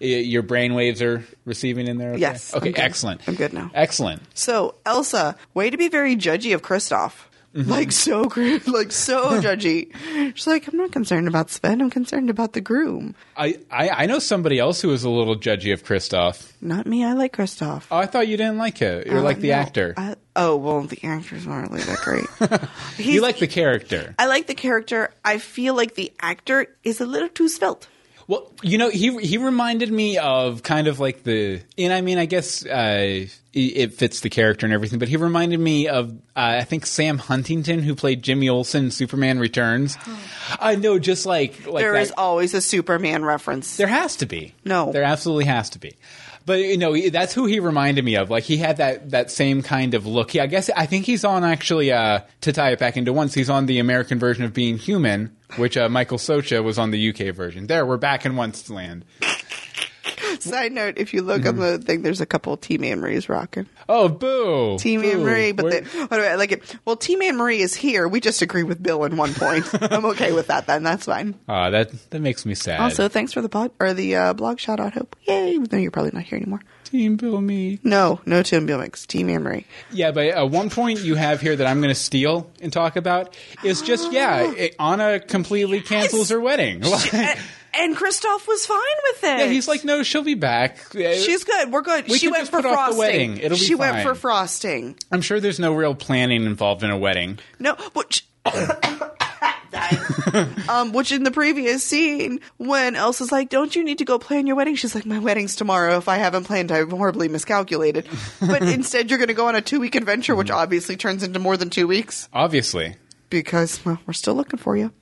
Y- your brainwaves are receiving in there. Okay? Yes, Okay. I'm good. excellent. I'm good now. Excellent. So, Elsa, way to be very judgy of Kristoff. Mm-hmm. Like so, gr- like so judgy. She's like, I'm not concerned about Sven. I'm concerned about the groom. I, I I know somebody else who was a little judgy of Kristoff. Not me. I like Kristoff. Oh, I thought you didn't like it. You're Uh, like the no, actor. I- Oh well, the actors aren't really that great. He's, You like the character. I like the character. I feel like the actor is a little too svelte. Well, you know, he he reminded me of kind of like the, and I mean, I guess uh, it- it fits the character and everything, but he reminded me of uh, I think Sam Huntington, who played Jimmy Olsen in Superman Returns. I know, just like like Oh. There that- is always a Superman reference. there has to be No. there absolutely has to be. But you know, that's who he reminded me of. Like he had that that same kind of look. Yeah, I guess I think he's on actually uh, to tie it back into once he's on the American version of Being Human, which uh, Michael Socha was on the UK version. There, we're back in once land. Side note: If you look on the thing, there's a couple of Team Anne Marie's rocking. Oh, boo! Team boo. Anne Marie, but We're- then what do I like it? Well, Team Anne Marie is here. We just agree with Bill in one point. I'm okay with that. Then that's fine. Aw, Ah, that that makes me sad. Also, thanks for the pod or the uh, blog shout out. Hope yay! No, you're probably not here anymore. team Bill me. No, no Tim Bumix. Team Anne Marie. Yeah, but uh, one point you have here that I'm going to steal and talk about is just yeah, Oh. it, Anna completely cancels her wedding. Like, And Christoph was fine with it. yeah, he's like, no, she'll be back. She's good. We're good. We she could went just for put off frosting. the wedding. It'll be she went fine. for frosting. I'm sure there's no real planning involved in a wedding. No, which. um, which in the previous scene, when Elsa's like, "Don't you need to go plan your wedding?" She's like, "My wedding's tomorrow. If I haven't planned, I've horribly miscalculated." But instead, you're going to go on a two week adventure, Mm-hmm. which obviously turns into more than two weeks Obviously. because well, we're still looking for you.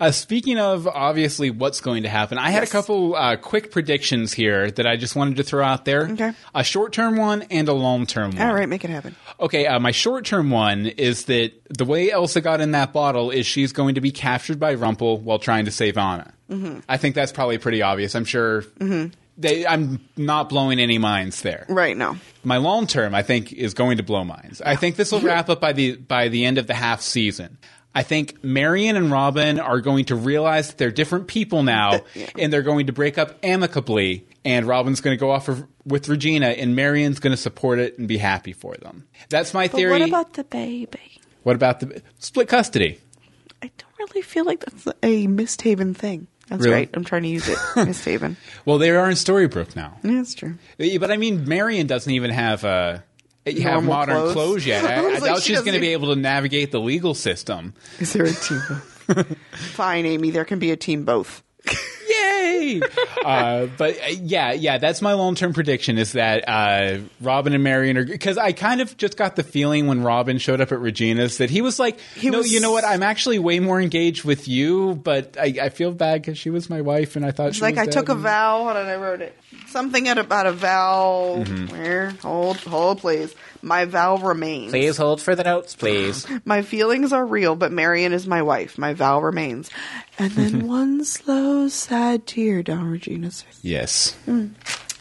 Uh, speaking of obviously what's going to happen, I had Yes. a couple uh, quick predictions here that I just wanted to throw out there. Okay. A short term one and a long term one. All right, make it happen. Okay, uh, my short term one is that the way Elsa got in that bottle is she's going to be captured by Rumpel while trying to save Anna. Mm-hmm. I think that's probably pretty obvious. I'm sure they, I'm not blowing any minds there. Right now, My long term, I think, is going to blow minds. I think this will wrap up by the by the end of the half season. I think Marion and Robin are going to realize that they're different people now, and they're going to break up amicably. And Robin's going to go off for, with Regina, and Marion's going to support it and be happy for them. That's my but theory. what about the baby? What about the split custody? I don't really feel like that's a Misthaven thing. That's Really? right. I'm trying to use it, Misthaven. Well, they are in Storybrooke now. Yeah, that's true. Yeah, But I mean, Marion doesn't even have uh, have Normal modern clothes. clothes, yet. I, I I was like, doubt she she's doesn't e- going to be even- able to navigate the legal system. Is there a team? Fine, Amy. There can be a team both. Yay! uh, but uh, yeah, yeah, that's my long term prediction is that uh, Robin and Marion are because I kind of just got the feeling when Robin showed up at Regina's that he was like, He no, was- you know what? I'm actually way more engaged with you, but I, I feel bad because she was my wife and I thought It's she like was I took dead a and- vow. Hold on, I wrote it. Something at- about a vow. Mm-hmm. Where? Hold, hold, please. My vow remains. Please hold for the notes, please. My feelings are real, but Marion is my wife. My vow remains. And then one slow, sad tear down Regina's face. Yes.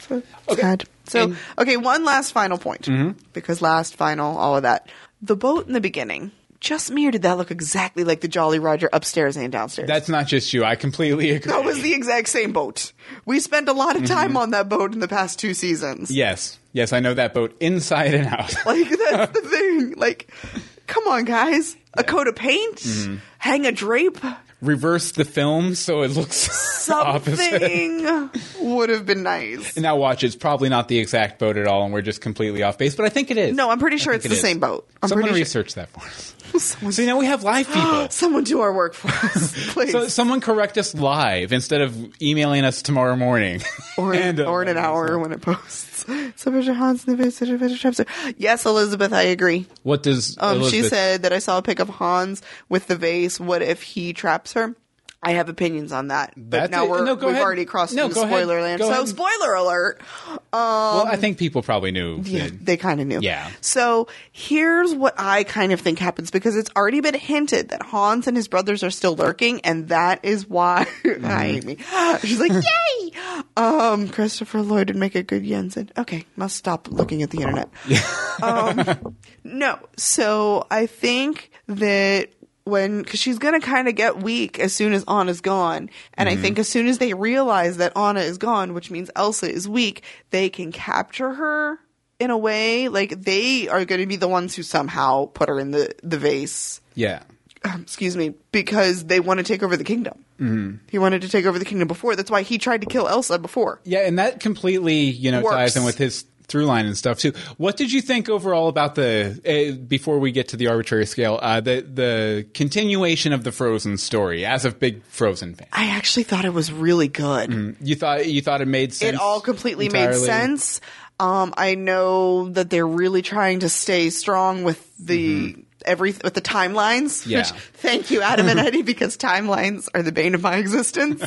So sad. So, okay, one last final point. Mm-hmm. Because last, final, all of that. The boat in the beginning. Just me, or did that look exactly like the Jolly Roger upstairs and downstairs? That's not just you. I completely agree. That was the exact same boat. We spent a lot of Mm-hmm. time on that boat in the past two seasons. Yes. Yes, I know that boat inside and out. Like that's the thing. Like, come on, guys. A coat of paint, Mm-hmm. hang a drape, Reverse the film so it looks opposite. something would have been nice. Now watch, it's probably not the exact boat at all, and we're just completely off base. But I think it is. No, I'm pretty sure I it's think the it is. same boat. I'm Someone pretty research that for us. sure. Someone, See, now we have live people. someone do our work for us, please. so someone correct us live instead of emailing us tomorrow morning. or, And, uh, or in an hour when it posts. So, Mr. Hans, the visit of Mr. Trump, sir. Yes, Elizabeth, I agree. What does Um, Elizabeth- She said that I saw a pic of Hans with the vase. What if he traps her? I have opinions on that, but That's now it. we're No, go we've ahead. already crossed No, into go ahead. spoiler land. Go so ahead. spoiler alert. Well, I think people probably knew. um, Yeah, that- they kind of knew. Yeah. So here's what I kind of think happens because it's already been hinted that Hans and his brothers are still lurking, and that is why Mm-hmm. I hate me. She's like, "Yay!" Um, Christopher Lloyd would make a good Jensen. Okay, must stop looking at the internet. um, no, so I think that. When, because she's gonna kind of get weak as soon as Anna's gone, and I think as soon as they realize that Anna is gone, which means Elsa is weak, they can capture her in a way. Like they are going to be the ones who somehow put her in the the vase yeah. excuse me, because they want to take over the kingdom. Mm. He wanted to take over the kingdom before. That's why he tried to kill Elsa before. Yeah, and that completely, you know, Works. ties in with his through line and stuff too. What did you think overall about the uh, before we get to the arbitrary scale, uh, the the continuation of the Frozen story as a big Frozen fan? I actually thought it was really good. You thought you thought it made sense. It all completely made entirely? sense. Um, I know that they're really trying to stay strong with the every with the timelines. Mm-hmm. Yeah. Which, thank you, Adam and Eddie, because timelines are the bane of my existence.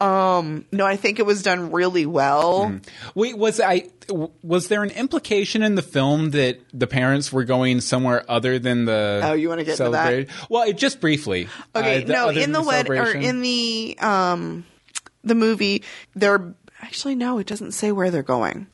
um, no, I think it was done really well. Mm-hmm. Wait, was I w- was there an implication in the film that the parents were going somewhere other than the? Oh, you wanna get into that? that? Well, it, just briefly. Okay, Uh, the- no, other in than the, wed or celebration. in the um, the movie, they're actually no, it doesn't say where they're going.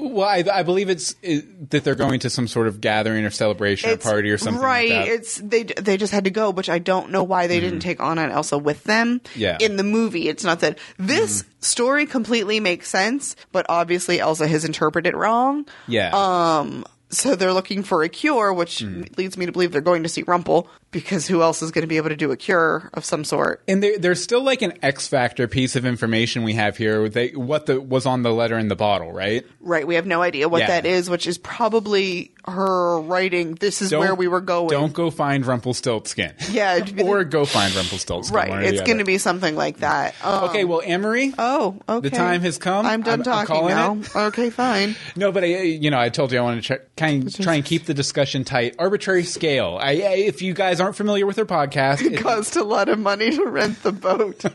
Well, I, I believe it's it, that they're going to some sort of gathering or celebration or party or something. like Right. that. Mm. It's they they just had to go, which I don't know why they didn't take Anna and Elsa with them. Yeah. Mm-hmm. In the movie, it's not that this story completely makes sense, but obviously Elsa has interpreted it wrong. yeah. Um. So they're looking for a cure, which Mm. leads me to believe they're going to see Rumple because who else is going to be able to do a cure of some sort? and there, there's still like an X factor piece of information we have here. with They, what the was on the letter in the bottle, right? Right. We have no idea what Yeah. that is, which is probably her writing. This is Don't- where we were going. Don't go find Rumpelstiltskin. Yeah, it'd be- or go find Rumpelstiltskin. one right. or the It's going other. to be something like that. Um, okay. Well, Emery. Oh, okay. The time has come. I'm I'm- done I'm talking calling now. it. Okay, fine. No, but I, you know, I told you I want to try, kind try and keep the discussion tight. Arbitrary scale. I, I, if you guys aren't familiar with her podcast, It it's- cost a lot of money to rent the boat.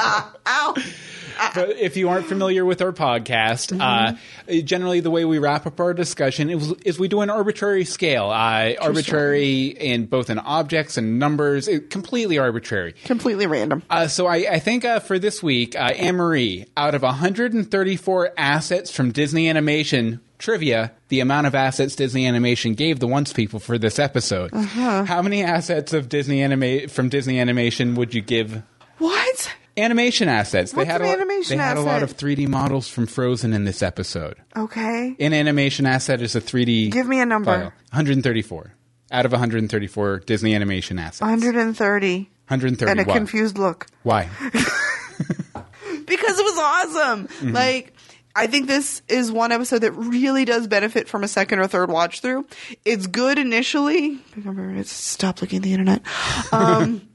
Ah, ow. but if you aren't familiar with our podcast, Mm-hmm. uh, generally the way we wrap up our discussion is, is we do an arbitrary scale, uh, arbitrary in both in objects and numbers, it- completely arbitrary. Completely random. Uh, so I, I think uh, for this week, uh, Anne-Marie, out of 134 assets from Disney Animation trivia, the amount of assets Disney Animation gave the Once People for this episode. Uh-huh. How many assets of Disney anima- from Disney Animation would you give? What? Animation assets. What's had an a, lot- animation They had a lot asset? of 3D models from Frozen in this episode. Okay. An animation asset is a 3D. Give me a number. file. 134 out of 134 Disney Animation assets. 130. 130. And a why? confused look. Why? Because it was awesome. Like, I think this is one episode that really does benefit from a second or third watch through. It's good initially. Stop looking at the internet. Um,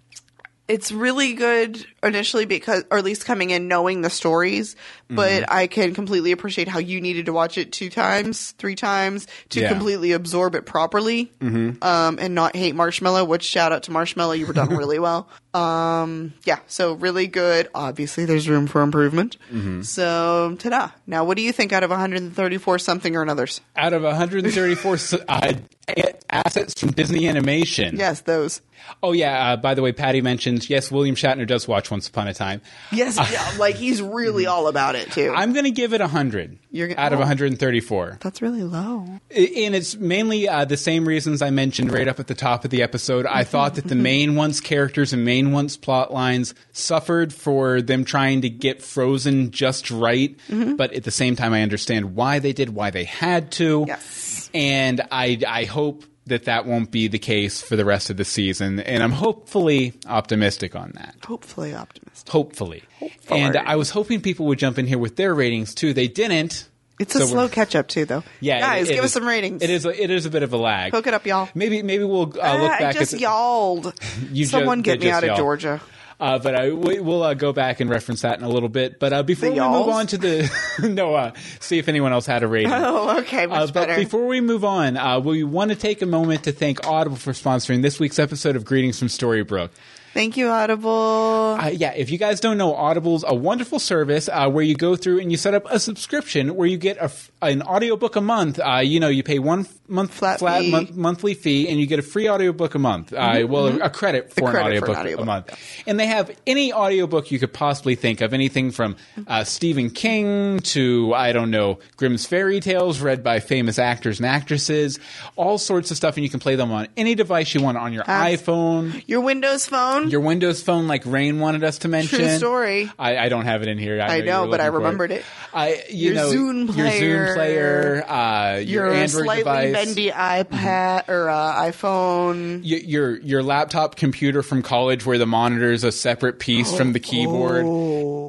it's really good initially because, or at least coming in knowing the stories. But I can completely appreciate how you needed to watch it two times, three times to Yeah. completely absorb it properly um, and not hate Marshmallow. Which shout out to Marshmallow, you were done really well. Um, yeah, so really good. Obviously, there's room for improvement. Mm-hmm. So ta-da! Now, what do you think out of 134 something or another's? out of 134 s- uh, a- assets from Disney Animation. Yes, those. Oh yeah. Uh, by the way, Patty mentions yes. William Shatner does watch Once Upon a Time. Yes, yeah, like he's really all about it too. I'm going to give it 100 You're gonna- out of oh. 134. That's really low. and it's mainly uh, the same reasons I mentioned right up at the top of the episode. I thought that the main ones characters and main ones plot lines suffered for them trying to get Frozen just right, Mm-hmm. but at the same time, I understand why they did, why they had to. Yes. and I I hope that that won't be the case for the rest of the season, and I'm hopefully optimistic on that. Hopefully, optimistic. Hopefully. And I was hoping people would jump in here with their ratings too. They didn't. It's a So we're- slow catch up too, though. yeah, guys, it- it give us is- some ratings. It is a, it is a bit of a lag. Hook it up, y'all. Maybe maybe we'll uh, look Ah, back. I at just the- y'alled. You ju- Someone they get me just out of y'all. Georgia. Uh, but I, we, we'll uh, go back and reference that in a little bit. But uh, before The we y'alls? move on to the Noah, see if anyone else had a rating. Oh, okay, much Uh, but better. before we move on, uh, we want to take a moment to thank Audible for sponsoring this week's episode of Greetings from Storybrooke. Thank you, Audible. Uh, yeah, if you guys don't know, Audible's a wonderful service uh, where you go through and you set up a subscription where you get a f- an audiobook a month. Uh, you know, you pay one f- month Flat fee. Mm-hmm, mon- monthly fee and you get a free audiobook a month. Uh, well, a credit for an credit for an audiobook, audiobook, a month. And they have any audiobook you could possibly think of, anything from Mm-hmm. uh, Stephen King to, I don't know, Grimm's Fairy Tales, read by famous actors and actresses, all sorts of stuff. And you can play them on any device you want on your iPhone. Your Windows phone. phone. Your Windows phone, like Rain wanted us to mention. story. I, I don't have it in here. I, I you know, were but I looking for remembered it. I, you Your know, Zune your Zune player, player, uh, your, your Android slightly device, Mm-hmm. bendy iPad or uh, iPhone. y- your your laptop computer from college, where the monitor is a separate piece from the keyboard.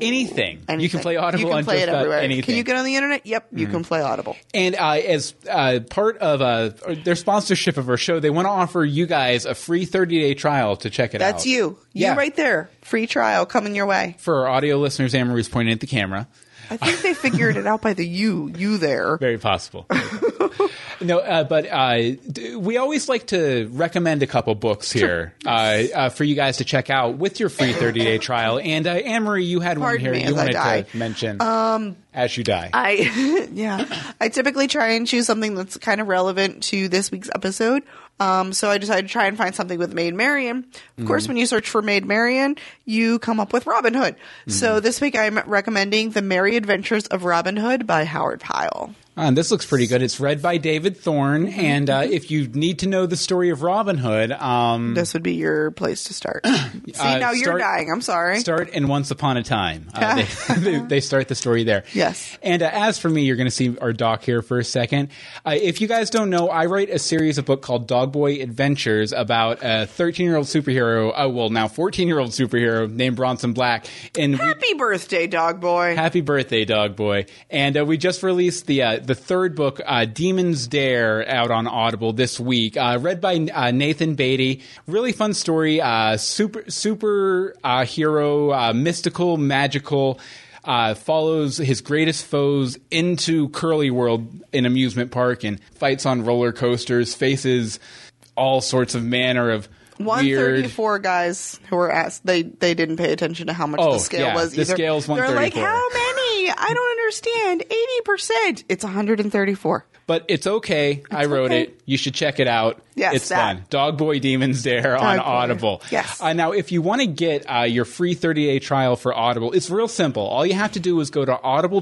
Anything. you can Oh. anything. play Audible You can on play just it about everywhere. anything. Mm-hmm. Can you get on the internet? Yep, you can play Audible. And uh, as uh, part of uh, their sponsorship of our show, they want to offer you guys a free 30 day trial to check it out. That's you. You Yeah. right there. Free trial coming your way. For our audio listeners, Amaru's pointing at the camera. I think they figured it out by the you. You there. Very possible. no, uh, but uh, d- we always like to recommend a couple books here uh, uh, for you guys to check out with your free 30 day trial. And uh, Anne Marie, you had one Pardon here me you as I wanted die. Um, to mention as you die. I yeah. I typically try and choose something that's kind of relevant to this week's episode. Um, so I decided to try and find something with Maid Marian. Of Mm-hmm. course, when you search for Maid Marian, you come up with Robin Hood. Mm-hmm. So this week I'm recommending The Merry Adventures of Robin Hood by Howard Pyle. Uh, this looks pretty good. It's read by David Thorne. And uh, if you need to know the story of Robin Hood, um, This would be your place to start. See, Uh, now you're start- dying. I'm sorry. Ah. Start in Once Upon a Time. Uh, they, they, they start the story there. Yes. And uh, as for me, you're going to see our doc here for a second. Uh, if you guys don't know, I write a series of book called Dog Boy Adventures about a 13 year old superhero, uh, well, now 14 year old superhero named Bronson Black. And we, Happy birthday, dog boy. happy birthday, Dog Boy. And uh, we just released the uh, the third book, uh, Demons Dare, out on Audible this week, uh, read by uh, Nathan Beatty. Really fun story. Uh, super super uh, hero, uh, mystical, magical. Uh, follows his greatest foes into Curly World, an amusement park, and fights on roller coasters. Faces all sorts of manner of weird. 134 guys who were asked they they didn't pay attention to how much Oh, the scale yeah, was the either. scale's They're like 134. how many? I don't understand. 80%. It's 134. but it's okay. I wrote okay. it. You should check it out. Yes, it's that. fun. Dog Boy Demons Dare on Boy. Audible. Yes. Uh, now, if you want to get uh, your free 30-day trial for Audible, it's real simple. All you have to do is go to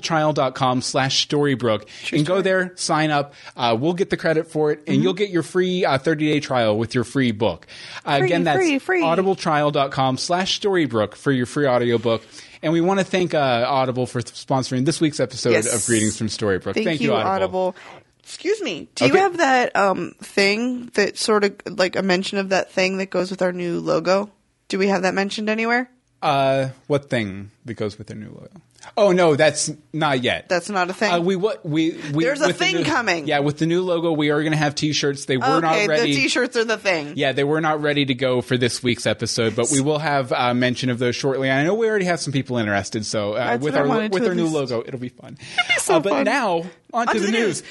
audibletrial.com slash storybrooke and go there, sign up. Uh, we'll get the credit for it, and Mm-hmm. you'll get your free uh, 30-day trial with your free book. Uh, Free, again, that's free, free. audibletrial.com slash storybrooke for your free audiobook. And we want to thank uh, Audible for sponsoring this week's episode Yes. of Greetings from Storybrooke. Thank, you, Audible. Excuse me. Do you Okay. have that um thing that sort of like a mention of that thing that goes with our new logo? Do we have that mentioned anywhere? Uh, what thing that goes with their new logo? Oh no, that's not yet. That's not a thing. Uh, we what we, we There's a with the thing new- coming. Yeah, with the new logo, we are going to have T-shirts. They were okay, not ready. the t-shirts are the thing. yeah, they were not ready to go for this week's episode, but we will have uh, mention of those shortly. And I know we already have some people interested, so uh, That's with what I our lo- wanted to with our at new least- logo, it'll be fun. so Uh, but fun. now onto the, news.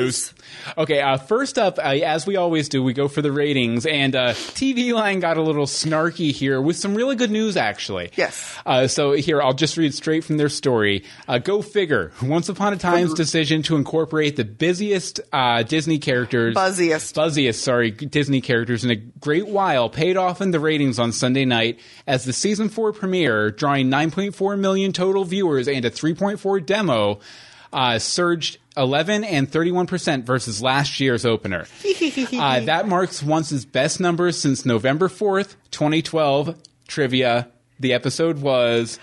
News. Okay, uh, first up, uh, as we always do, we go for the ratings, and uh, TV Line got a little snarky here with some really good news, actually. Yes. Uh, so here, I'll just read straight from their story. Uh, go figure. Once upon a time's decision to incorporate the busiest uh, Disney characters, Buzziest. buzziest, sorry, Disney characters in a great while paid off in the ratings on Sunday night as the season four premiere, drawing 9.4 million total viewers and a 3.4 demo, uh, surged 11 and 31 percent versus last year's opener. uh, that marks Once's best numbers since November 4th, 2012. Trivia: The episode was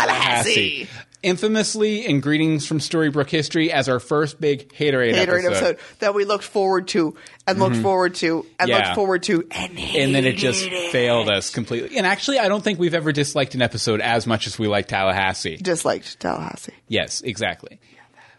Tallahassee. Infamously in Greetings from Storybrooke History as our first big Haterade, Haterade episode that we looked forward to and looked forward to and Mm-hmm. Yeah. looked forward to and and then it hated just it. failed us completely. And actually, I don't think we've ever disliked an episode as much as we like Tallahassee. disliked Tallahassee. Yes, exactly.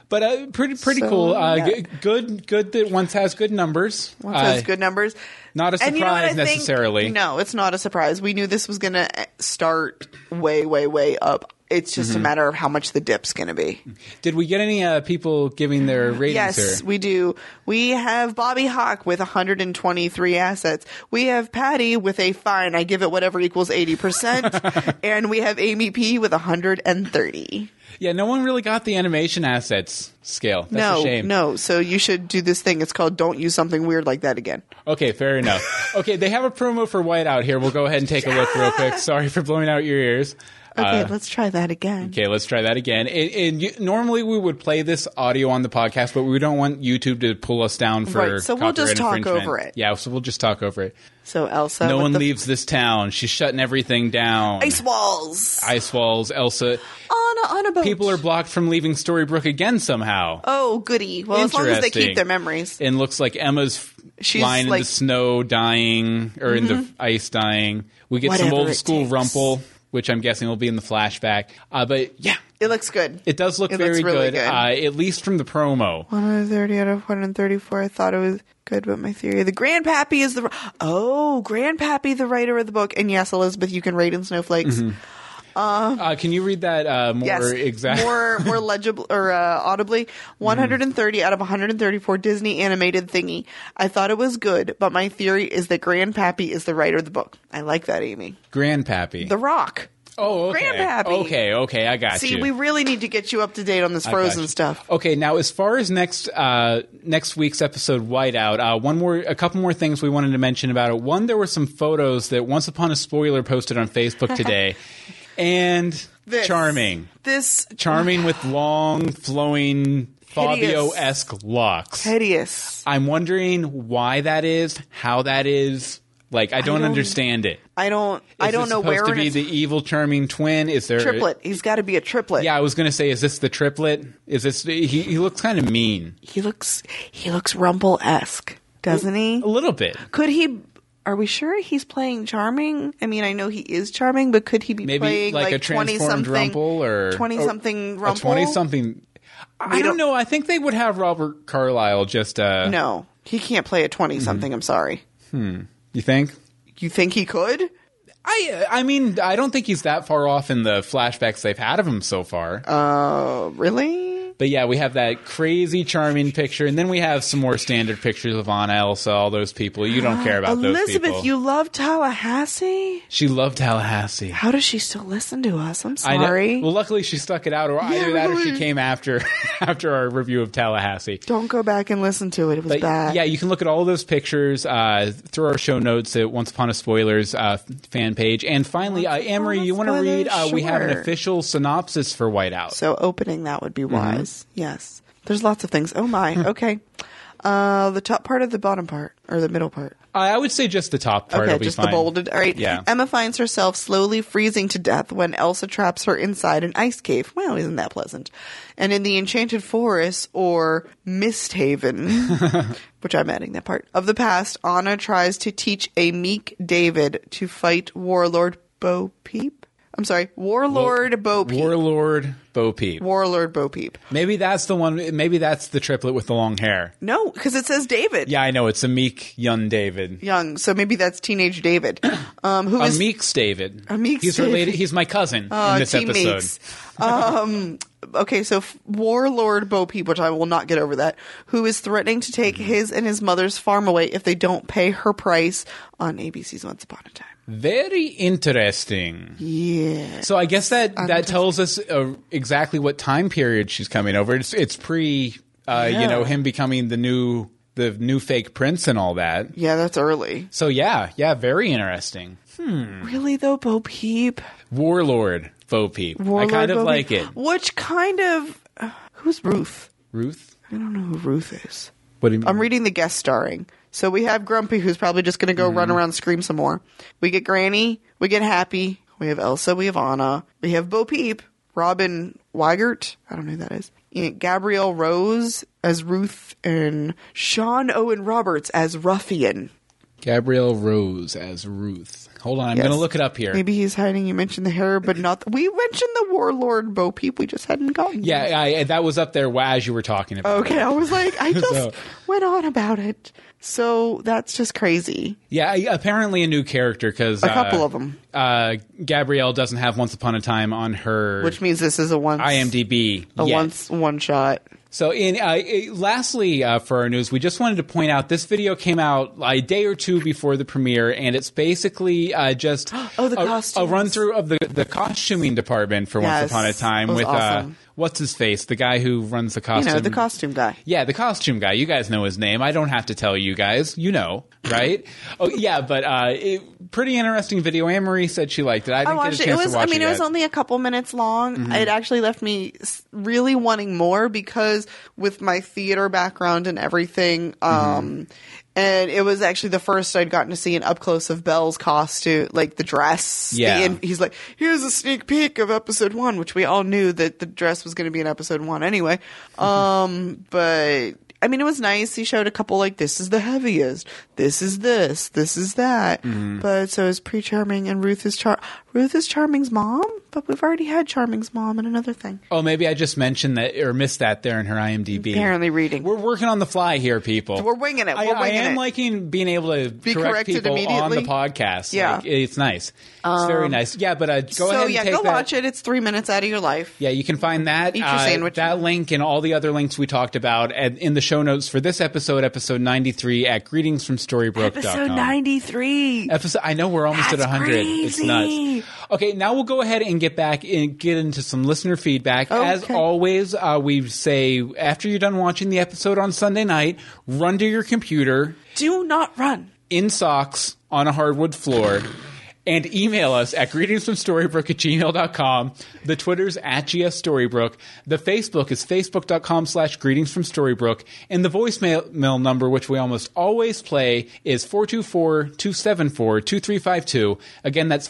But uh, pretty pretty So, cool. Uh, yeah. g- good good that once has good numbers. Once has Uh, good numbers. not a And you know what surprise I think? necessarily. No, it's not a surprise. We knew this was going to start way, way, way up. It's just Mm-hmm. a matter of how much the dip's going to be. Did we get any uh, people giving their ratings Yes, here? we do. We have Bobby Hawk with 123 assets. We have Patty with a fine, I give it whatever equals 80%. and we have Amy P with 130. yeah, no one really got the animation assets scale. That's no, a shame. no. So you should do this thing. It's called Don't Use Something Weird Like That Again. Okay, fair enough. okay, they have a promo for Whiteout here. We'll go ahead and take a look real quick. Sorry for blowing out your ears. Okay, let's try that again. Uh, Okay, let's try that again. And, and you, normally we would play this audio on the podcast, but we don't want YouTube to pull us down for Right, so we'll just copyright talk infringement. over it. Yeah, so we'll just talk over it. So Elsa, no with one the leaves this town. She's shutting everything down. ice walls Ice walls, Elsa. on a, on a boat. People are blocked from leaving Storybrooke again somehow. Oh, goody. Well, as long as they Interesting. keep their memories. And looks like Emma's She's lying in like- Mm-hmm. the snow, dying or in the ice, dying. We get some Whatever old it school takes. rumple, which I'm guessing will be in the flashback. Uh, but yeah, It looks good. it does look It looks very really good, good. Uh, at least from the promo. 130 out of 134. I thought it was good, but my theory. The Grandpappy is the. Oh, Grandpappy, the writer of the book. And yes, Elizabeth, you can rate in Snowflakes. Mm-hmm. Uh, can you read that uh, more Yes. exactly? More, more legible or uh, audibly. Mm-hmm. 130 out of 134 Disney animated thingy. I thought it was good, but my theory is that Grandpappy is the writer of the book. I like that, Amy. Grandpappy. The Rock. oh, okay. Grandpappy. Okay, okay, I got See, you. we really need to get you up to date on this I got Frozen you. stuff. Okay, now as far as next uh, next week's episode, Whiteout, uh, one more, a couple more things we wanted to mention about it. One, there were some photos that Once Upon a Spoiler posted on Facebook today, and This- charming, This charming with long flowing Fabio esque locks. hideous. I'm wondering why that is, how that is. Like, I don't don't- understand it. I don't. I Is don't it know where supposed to in be it's the evil charming twin. Is there triplet. He's got to be a triplet. Yeah, I was gonna say, is this the triplet? Is this he? He looks kind of mean, He looks. He looks Rumble esque, doesn't he? a little bit. Could he? Are we sure he's playing charming? I mean, I know he is charming, but could he be Maybe playing like, like a twenty transformed something Rumple or Oh, twenty something Rumple? Twenty something. I don't don't- know. I think they would have Robert Carlyle just. uh No, he can't play a Mm-hmm. twenty something. I'm sorry. You think? You think he could? I I mean I don't think he's that far off in the flashbacks they've had of him so far. Oh, really? But yeah, we have that crazy charming picture, and then we have some more standard pictures of Anna, Elsa, all those people. You don't care about those Ah, Elizabeth, people. you love Tallahassee. she loved Tallahassee. How does she still listen to us? I'm I know- sorry. Well, luckily she stuck it out, or either that, or she came after after our review of Tallahassee. Don't go back and listen to it. It was But bad. yeah, you can look at all those pictures uh, through our show notes at Once Upon a Spoilers uh, fan page. And finally, uh, Amory, Upon a you want to read? Uh, Spoiler? We have an Sure. official synopsis for Whiteout. So opening that would be Mm-hmm. wise. Yes. There's lots of things. Oh my. okay. Uh, the top part of the bottom part or the middle part. I I would say just the top part. will Okay, be just fine. the bolded. All right. Yeah. Emma finds herself slowly freezing to death when Elsa traps her inside an ice cave. Well, isn't that pleasant? And in the enchanted forest or mist haven, which I'm adding that part of the past, Anna tries to teach a meek David to fight warlord Bo Peep. I'm sorry, warlord Bo Peep. Warlord Bo Peep. warlord Bo Peep. Maybe that's the one. Maybe that's the triplet with the long hair. No, because it says David. Yeah, I know. It's a meek young David. Young, so maybe that's teenage David, um, who A is meek's David. A meek's he's David. Oh, related. He's my cousin in this episode. Uh, teammates. um, okay, so f- Warlord Bo Peep, which I will not get over that, who is threatening to Mm-hmm. take his and his mother's farm away if they don't pay her price on ABC's Once Upon a Time. Very interesting. Yeah. So I guess that that tells us uh, exactly what time period she's coming over. It's it's pre, uh, you know, him becoming the new the new fake prince and all that. Yeah, that's early. So yeah, yeah, very interesting. Mm. Really though, Bo Peep. Warlord Bo Peep. I Warlord kind of Bo like Peep. it. Which kind of uh, who's Ruth? Ruth, I don't know who Ruth is. what do you mean? I'm reading the guest starring. So we have Grumpy, who's probably just going to Mm-hmm. go run around and scream some more. We get Granny. We get Happy. We have Elsa. We have Anna. We have Bo Peep. Robin Weigert. I don't know who that is. And Gabrielle Rose as Ruth and Sean Owen Roberts as Ruffian. Gabrielle Rose as Ruth. Hold on, I'm Yes. gonna look it up here. Maybe he's hiding. You mentioned the hair, but not. The, we mentioned the warlord Bo Peep. We just hadn't gotten. Yeah, I, I- that was up there as you were talking about. Okay, it. I was like, I just So- went on about it. So that's just crazy. Yeah, I- apparently a new character because A couple of 'em. Uh, Gabrielle doesn't have Once Upon a Time on her Which means this is a once IMDb. a yet. once one shot. So, in, uh, eh, lastly, uh, for our news, we just wanted to point out this video came out a day or two before the premiere, and it's basically uh, just Oh, the a, costumes. run through of the, the costuming department for Yes, Once Upon a Time it was with awesome. uh, what's his face, the guy who runs the You costume. know, the costume guy. Yeah, the costume guy. You guys know his name. I don't have to tell you guys. You know, right? oh, yeah, but uh, it, pretty interesting video. Anne Marie said she liked it. I I didn't watched get a Oh, it. It chance was. to watch I mean, it, was yet. Mm-hmm. only a couple minutes long. It actually left me s- really wanting more because with my theater background and everything, Mm-hmm. um, and it was actually the first I'd gotten to see an up close of Belle's costume, like the dress. the Yeah. in- he's like, here's a sneak peek of episode one, which we all knew that the dress was going to be in episode one anyway. Um, but. I mean, it was nice. He showed a couple like this is the heaviest, this is this, this is that. Mm-hmm. But so is pre charming and Ruth is char Ruth is charming's mom, but we've already had charming's mom and another thing. Oh, maybe I just mentioned that or missed that there in her IMDb. Apparently reading. We're working on the fly here, people. We're winging it. I, We're I winging am it. liking being able to Be correct corrected people on the immediately. podcast. Yeah. Um, Like, it's nice. it's very nice. Yeah, but uh, go ahead. so and yeah, take go that. watch it. It's three minutes out of your life. Yeah, you can find that uh, Eat your sandwich. that link and all the other links we talked about at, in the show notes for this episode, episode ninety three at greetingsfromstorybrook.com. Episode ninety three. Episode. I know we're almost That's at hundred. It's crazy. nuts. Okay, now we'll go ahead and get back and get into some listener feedback. As Okay. always, uh, we say after you're done watching the episode on Sunday night, run to your computer Do not run. in socks on a hardwood floor. And email us at greetingsfromstorybrook at gmail.com. The Twitter's at GSStorybrook. The Facebook is facebook.com slash greetings from storybrook. And the voicemail mail number, which we almost always play, is 424-274-2352. Again, that's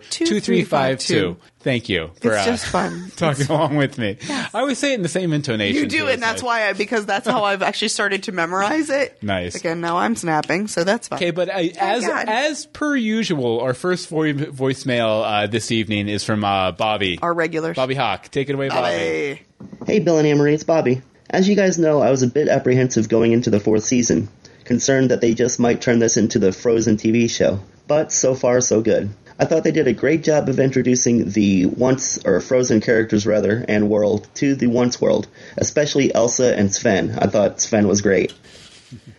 424-274-2352. Thank you for It's uh, just fun. talking along with me. I always say it in the same intonation. You do, too. and It's that's like- why I because that's how I've actually started to memorize it. Nice. Again, now I'm snapping, so that's fine. Okay, but uh, as Oh God. as per usual, our first vo- voicemail uh, this evening is from uh, Bobby. Our regulars. Bobby Hawk. Take it away, Bobby. Hey. Hey, Bill and Amory, it's Bobby. As you guys know, I was a bit apprehensive going into the fourth season, concerned that they just might turn this into the Frozen TV show. But so far, so good. I thought they did a great job of introducing the once, or Frozen characters rather, and world to the once world, especially Elsa and Sven. I thought Sven was great.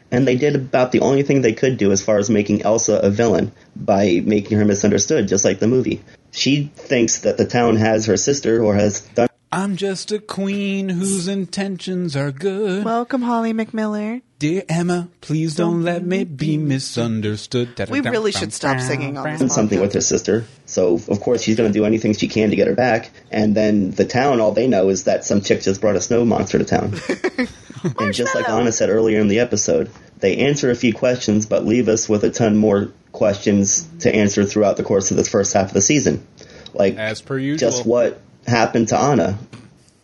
And they did about the only thing they could do as far as making Elsa a villain by making her misunderstood, just like the movie. She thinks that the town has her sister or has done I'm just a queen whose intentions are good. Welcome, Holly McMiller. Dear Emma, please don't let me be misunderstood. We really should stop singing on this done something with her sister. So of course she's going to do anything she can to get her back. And then the town, all they know is that some chick just brought a snow monster to town. and just like Anna said earlier in the episode, they answer a few questions but leave us with a ton more questions to answer throughout the course of this first half of the season. Like As per usual. just what happened to Anna?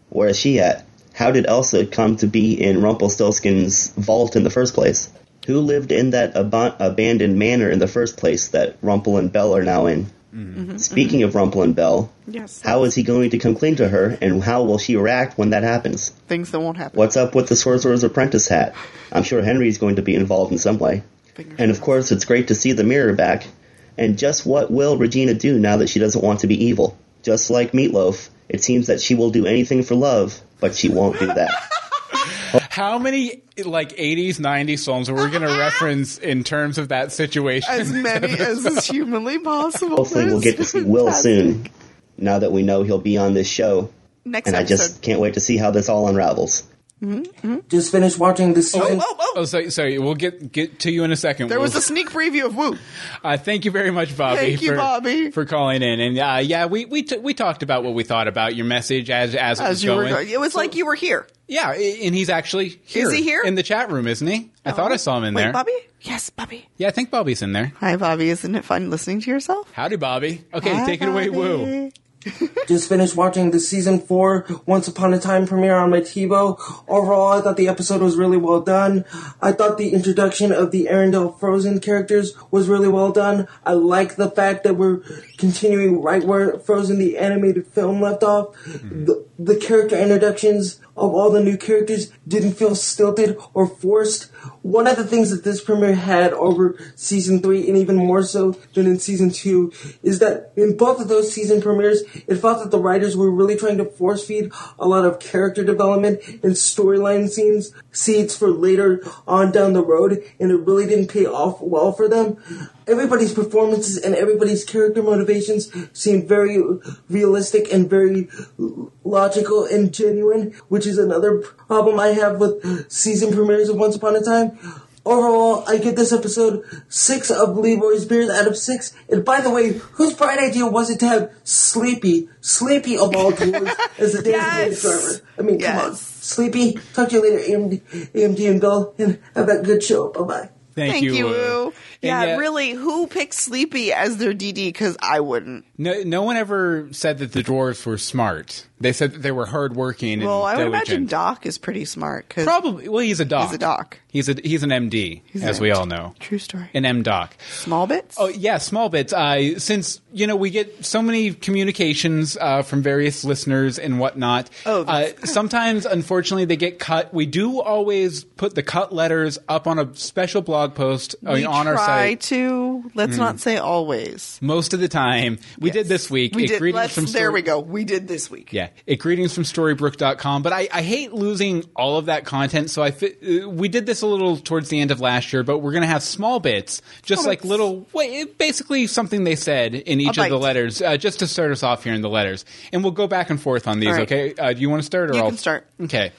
Where is she at? How did Elsa come to be in Rumpelstiltskin's vault in the first place? Who lived in that ab- abandoned manor in the first place that Rumpel and Belle are now in? Speaking of Rumpel and Belle, Yes. how is he going to come clean to her, and how will she react when that happens? Things that won't happen. What's up with the Sorcerer's Apprentice hat? I'm sure Henry's going to be involved in some way. And of course, it's great to see the mirror back. And just what will Regina do now that she doesn't want to be evil? Just like Meatloaf, it seems that she will do anything for love, but she won't do that. How many like 80s, 90s songs are we going to reference in terms of that situation? As many as is humanly possible. Hopefully, we'll get to see Will soon, now that we know he'll be on this show. Next And I episode. just can't wait to see how this all unravels. Just finished watching the season. oh, oh, Oh, sorry, sorry. We'll get get to you in a second. there We'll- was a sneak preview of Woo. Uh, thank you very much, Bobby. Thank you, for, Bobby. for calling in. And uh, yeah, we we t- we talked about what we thought about your message as as, it was As you going. were going. It was like you were here. Yeah, i- and he's actually here. he here? Oh. in the chat room? Isn't he? I thought I saw him in Wait, there. Bobby? Yes, Bobby. Yeah, I think Bobby's in there. Hi, Bobby. Isn't it fun listening to yourself? Howdy, Bobby. Okay, Hi, take it away, Woo. Bobby. Just finished watching the season four Once Upon a Time premiere on my TiVo. Overall, I thought the episode was really well done. I thought the introduction of the Arendelle Frozen characters was really well done. I like the fact that we're continuing right where Frozen the animated film left off. Hmm. The, the character introductions of all the new characters didn't feel stilted or forced. one of the things that this premiere had over season three, and even more so than in season two, is that in both of those season premieres, it felt that the writers were really trying to force feed a lot of character development and storyline scenes, seeds for later on down the road, and it really didn't pay off well for them. Everybody's performances and everybody's character motivations seemed very realistic and very logical and genuine, which is another problem I have with season premieres of Once Upon a Time. Overall, I give this episode six of Leroy's Beard out of six. And by the way, whose bright idea was it to have Sleepy, Sleepy of all dwarves, as the Yes. dance driver? I mean, come on. Yes. Sleepy, talk to you later, AMD, AMD and Bill, and have a good show. Bye-bye. Thank, Thank you, Wu. Wu. Yeah, yet- really, who picks Sleepy as their DD? Because I wouldn't. No, no one ever said that the dwarves were smart. They said that they were hardworking and Well, I would diligent. imagine Doc is pretty smart. Cause Probably. Well, he's a doc. He's a doc. He's a he's an MD, as an we MD. all know. True story. An M doc. Small bits? Oh yeah, small bits. Uh, since you know we get so many communications uh, from various listeners and whatnot. Oh, uh, that's- sometimes unfortunately they get cut. We do always put the cut letters up on a special blog post I we mean, on try our oh, site. to. Let's not say always. Most of the time, we did Yes. this week. We It did. greetings Let's, from there Story- we go. We did this week. Yeah, it greetings from storybrook.com, but I, I hate losing all of that content. So I fi- uh, we did this a little towards the end of last year, but we're going to have small bits, just Small like bits. little wait, basically something they said in each A of the bite. letters, uh, just to start us off here in the letters. And we'll go back and forth on these, right. okay? Uh, do you want to start or You I'll can start. Okay.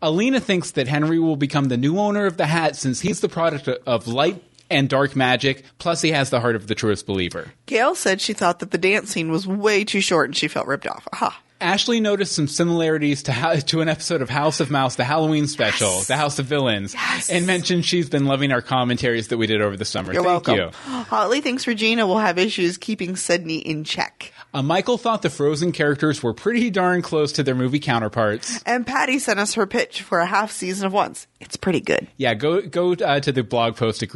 Alina thinks that Henry will become the new owner of the hat since he's the product o- of light and dark magic, plus he has the heart of the truest believer. Gail said she thought that the dance scene was way too short and she felt ripped off. Aha. Ashley noticed some similarities to how, to an episode of House of Mouse, the Halloween special, the House of Villains, and mentioned she's been loving our commentaries that we did over the summer. You're Thank welcome. you. Holly thinks Regina will have issues keeping Sydney in check. Uh, Michael thought the Frozen characters were pretty darn close to their movie counterparts. And Patty sent us her pitch for a half season of once. It's pretty good. Yeah, go go uh, to the blog post at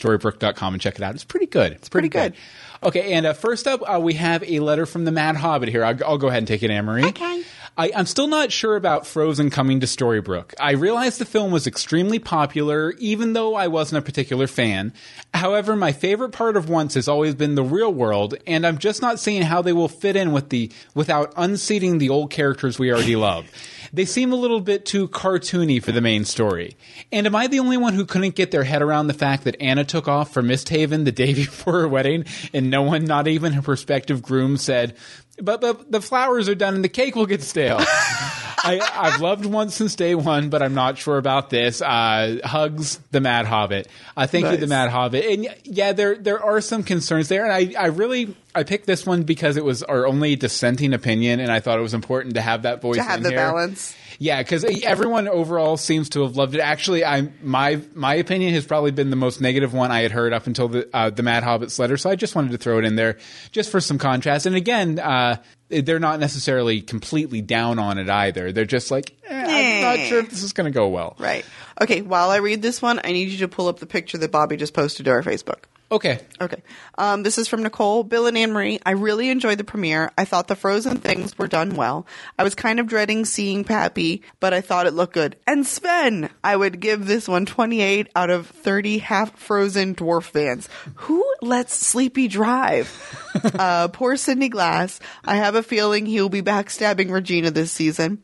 greetingsfromstorybrooke.com and check it out. It's pretty good. It's pretty Okay, and uh, first up, uh, we have a letter from the Mad Hobbit here. I'll, I'll go ahead and take it, Anne Marie. Okay. I, I'm still not sure about Frozen coming to Storybrooke. I realize the film was extremely popular, even though I wasn't a particular fan. However, my favorite part of Once has always been the real world, and I'm just not seeing how they will fit in with the without unseating the old characters we already love. They seem a little bit too cartoony for the main story. And am I the only one who couldn't get their head around the fact that Anna took off for Misthaven the day before her wedding and no one, not even her prospective groom, said, but, but the flowers are done and the cake will get stale. I, I've loved once since day one, but I'm not sure about this. Uh, hugs the Mad Hobbit. Uh, thank you, the Mad Hobbit. And y- yeah, there there are some concerns there, and I, I really I picked this one because it was our only dissenting opinion, and I thought it was important to have that voice To have in the here. balance. Yeah, because everyone overall seems to have loved it. Actually, I my my opinion has probably been the most negative one I had heard up until the uh, the Mad Hobbit's letter. So I just wanted to throw it in there just for some contrast. And again, uh, they're not necessarily completely down on it either. They're just like, eh, I'm Eh. not sure if this is going to go well. Right. Okay, while I read this one, I need you to pull up the picture that Bobby just posted to our Facebook. Okay. Okay. Um, this is from Nicole, Bill, and Anne Marie. I really enjoyed the premiere. I thought the frozen things were done well. I was kind of dreading seeing Pappy, but I thought it looked good. And Sven! I would give this one 28 out of 30 half frozen dwarf fans. Who lets Sleepy drive? uh, poor Sidney Glass. I have a feeling he'll be backstabbing Regina this season.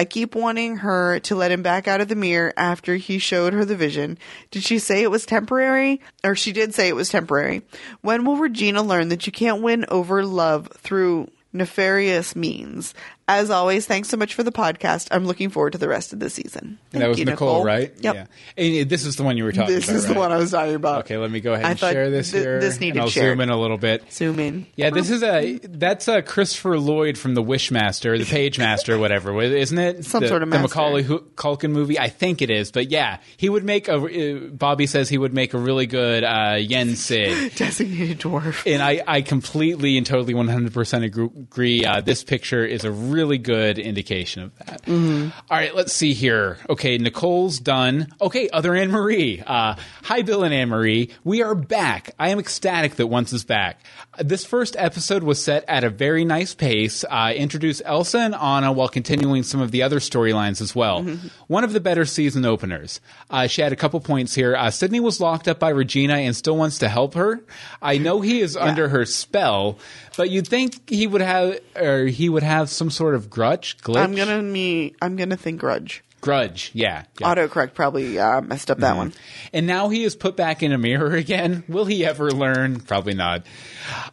I keep wanting her to let him back out of the mirror after he showed her the vision. Did she say it was temporary? Or she did say it was temporary. When will Regina learn that you can't win over love through nefarious means? As always, thanks so much for the podcast. I'm looking forward to the rest of the And season. Thank that was you, Nicole, right? Yep. Yeah. And uh, this is the one you were talking This about. is the right? one I was talking about. Okay, let me go ahead I and thought share this thi- here. this needed and I'll shared. zoom in a little bit. Zoom in. Yeah, this is a that's a Christopher Lloyd from the Wishmaster, the Pagemaster, whatever, isn't it? Some the, sort of the master. Macaulay Hu- Culkin movie. I think it is, but yeah, he would make a. Uh, Bobby says he would make a really good uh, Yen Sid, Designated dwarf. and I, I completely and totally one hundred percent agree, agree. Uh, this picture is a really good indication of that. Mm-hmm. All right, let's see here. Okay, Nicole's done. Okay, other Anne Marie. Uh, hi, Bill and Anne Marie. We are back. I am ecstatic that Once is back. Uh, This first episode was set at a very nice pace. Uh, introduce Elsa and Anna while continuing some of the other storylines as well. Mm-hmm. One of the better season openers. Uh, she had a couple points here. Uh, Sydney was locked up by Regina and still wants to help her. I know he is under her spell, but you'd think he would have, or he would have some sort of grudge, glitch, I'm gonna me. I'm gonna think grudge. grudge. Yeah, yeah. Mm-hmm. Autocorrect probably uh, messed up that one. And now he is put back in a mirror again. Will he ever learn? Probably not.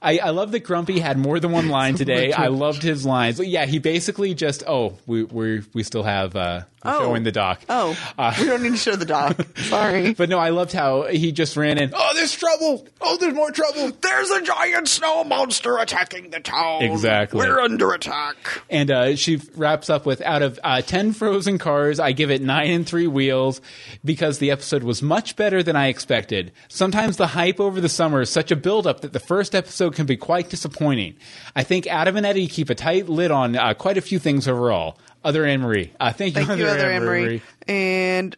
I, I love that Grumpy had more than one line today. I loved his lines. Yeah, he basically just oh we we we still have uh, we're Oh. showing the doc. Oh, we don't need to show the doc. Sorry. Uh, But no, I loved how he just ran in. Oh, there's trouble! Oh, there's more trouble! There's a giant snow monster attacking the town. Exactly. We're under attack. And uh, she wraps up with out of uh, 10 frozen cars, I give it 9 and 3 wheels because the episode was much better than I expected. Sometimes the hype over the summer is such a buildup that the first episode can be quite disappointing. I think Adam and Eddie keep a tight lid on uh, quite a few things overall. Other Anne Marie. Uh, thank you, Thank you, Other Anne Emery. And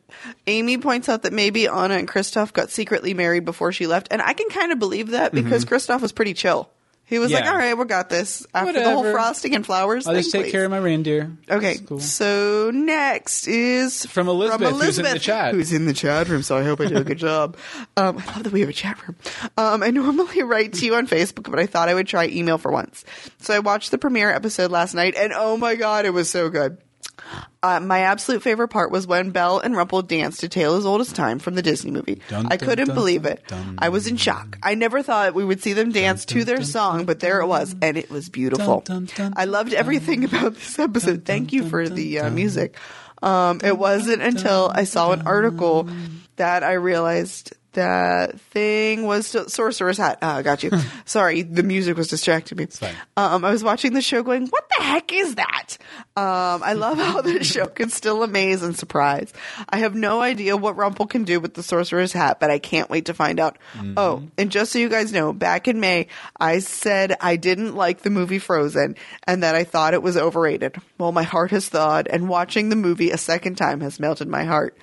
Amy points out that maybe Anna and Kristoff got secretly married before she left. And I can kind of believe that because Kristoff was pretty chill. He was like, Mm-hmm. Yeah. all right, we got this. After the whole Whatever. frosting and flowers I'll thing, just take please. care of my reindeer. Okay, It's cool. so next is From Elizabeth, who's in the chat. who's in the chat room. So I hope I do a good job. Um, I love that we have a chat room. Um, I normally write to you on Facebook, but I thought I would try email for once. So I watched the premiere episode last night, and oh my god, it was so good. Uh, my absolute favorite part was when Belle and Rumple danced to Tale as Old as Time from the Disney movie. Dun, I dun, couldn't dun, believe dun, it. dun. I was in shock. I never thought we would see them dance to their song, but there it was, and it was beautiful. dun, dun, I loved everything about this episode. Thank you for the uh, music. Um, it wasn't until I saw an article that I realized that thing was still, Sorcerer's Hat. Uh, got you. Sorry, the music was distracting me. fine. Um, I was watching the show going, what the heck is that? Um, I love how this show can still amaze and surprise. I have no idea what Rumple can do with the Sorcerer's Hat, but I can't wait to find out. Oh, and just so you guys know, back in May, I said I didn't like the movie Frozen and that I thought it was overrated. Well, my heart has thawed, and watching the movie a second time has melted my heart.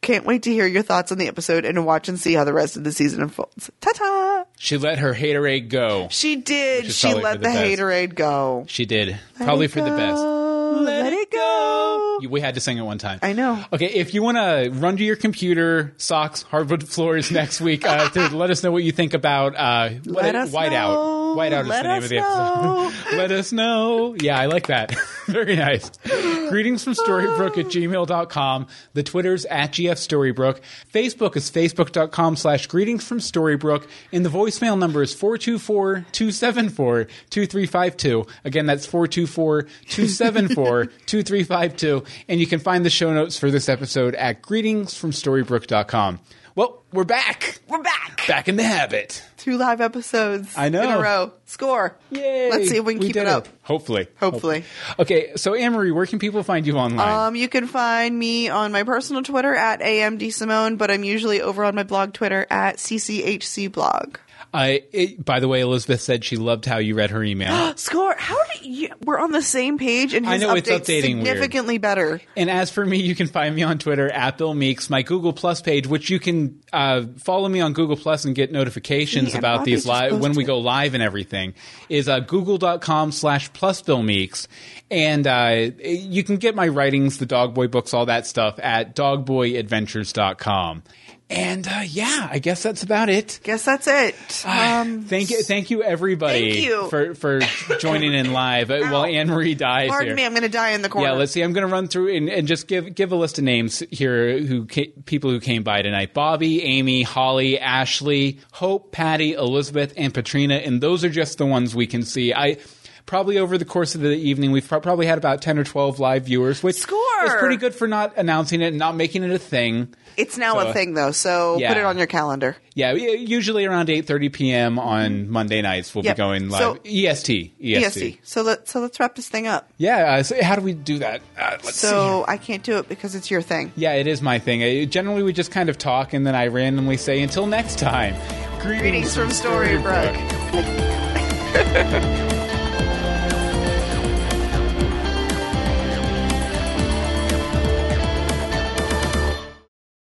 Can't wait to hear your thoughts on the episode and to watch and see how the rest of the season unfolds. Ta ta! She let her haterade go. She did. Which is She probably let for the, the best. haterade go. She did. Probably it for the best. go. Let it go. You- We had to sing it one time. I know. Okay, if you want to run to your computer, socks, hardwood floors next week uh, to let us know what you think about uh, what Let it- us know. Whiteout. Whiteout is Let the name us of the episode. let us know. Yeah, I like that. Very nice. Greetings from Storybrook at gmail.com. The Twitter's at GF Storybrook. Facebook is facebook.com slash greetings from Storybrook. And the voicemail number is 424 274 2352. Again, that's 424 274 2352. And you can find the show notes for this episode at greetingsfromstorybrook.com. Well, we're back. We're back. Back in the habit. Two live episodes I know. in a row. Score. Yay. Let's see if we can keep did it up. Hopefully. Hopefully. Okay, so Amory, where can people find you online? Um, you can find me on my personal Twitter at AMD Simone, but I'm usually over on my blog Twitter at CCHC blog. I, it, by the way, Elizabeth said she loved how you read her email. Score. How do you? We're on the same page, and I his know, it's update's updating weird. significantly better. and as for me, you can find me on Twitter at Bill Meeks, my Google Plus page, which you can uh, follow me on Google Plus and get notifications Yeah, about Bobby these live just when we posted. go live and everything, is uh, google.com slash plus Bill Meeks. And uh, you can get my writings, the Dogboy books, all that stuff at dogboyadventures.com. And uh, yeah, I guess that's about it. Guess that's it. Um, thank you, thank you, everybody, Thank you. for for joining in live uh, while Anne Marie dies pardon here. me, I'm going to die in the corner. yeah, let's see. I'm going to run through and, and just give give a list of names here who ca- people who came by tonight: Bobby, Amy, Holly, Ashley, Hope, Patty, Elizabeth, and Patrina. And those are just the ones we can see. I. Probably over the course of the evening, we've pro- probably had about ten or twelve live viewers, which Score! is pretty good for not announcing it and not making it a thing. It's now So, a thing, though, so yeah. put it on your calendar. Yeah, we- usually around 8:30 p.m. on Monday nights we'll Mm-hmm. Yep. be going live. E So- EST, EST. ESC. E So let so let's wrap this thing up. Yeah, uh, so how do we do that? Uh, let's see. so I can't do it because it's your thing. Yeah, it is my thing. I, generally we just kind of talk and then I randomly say until next time. Greetings from Storybrook.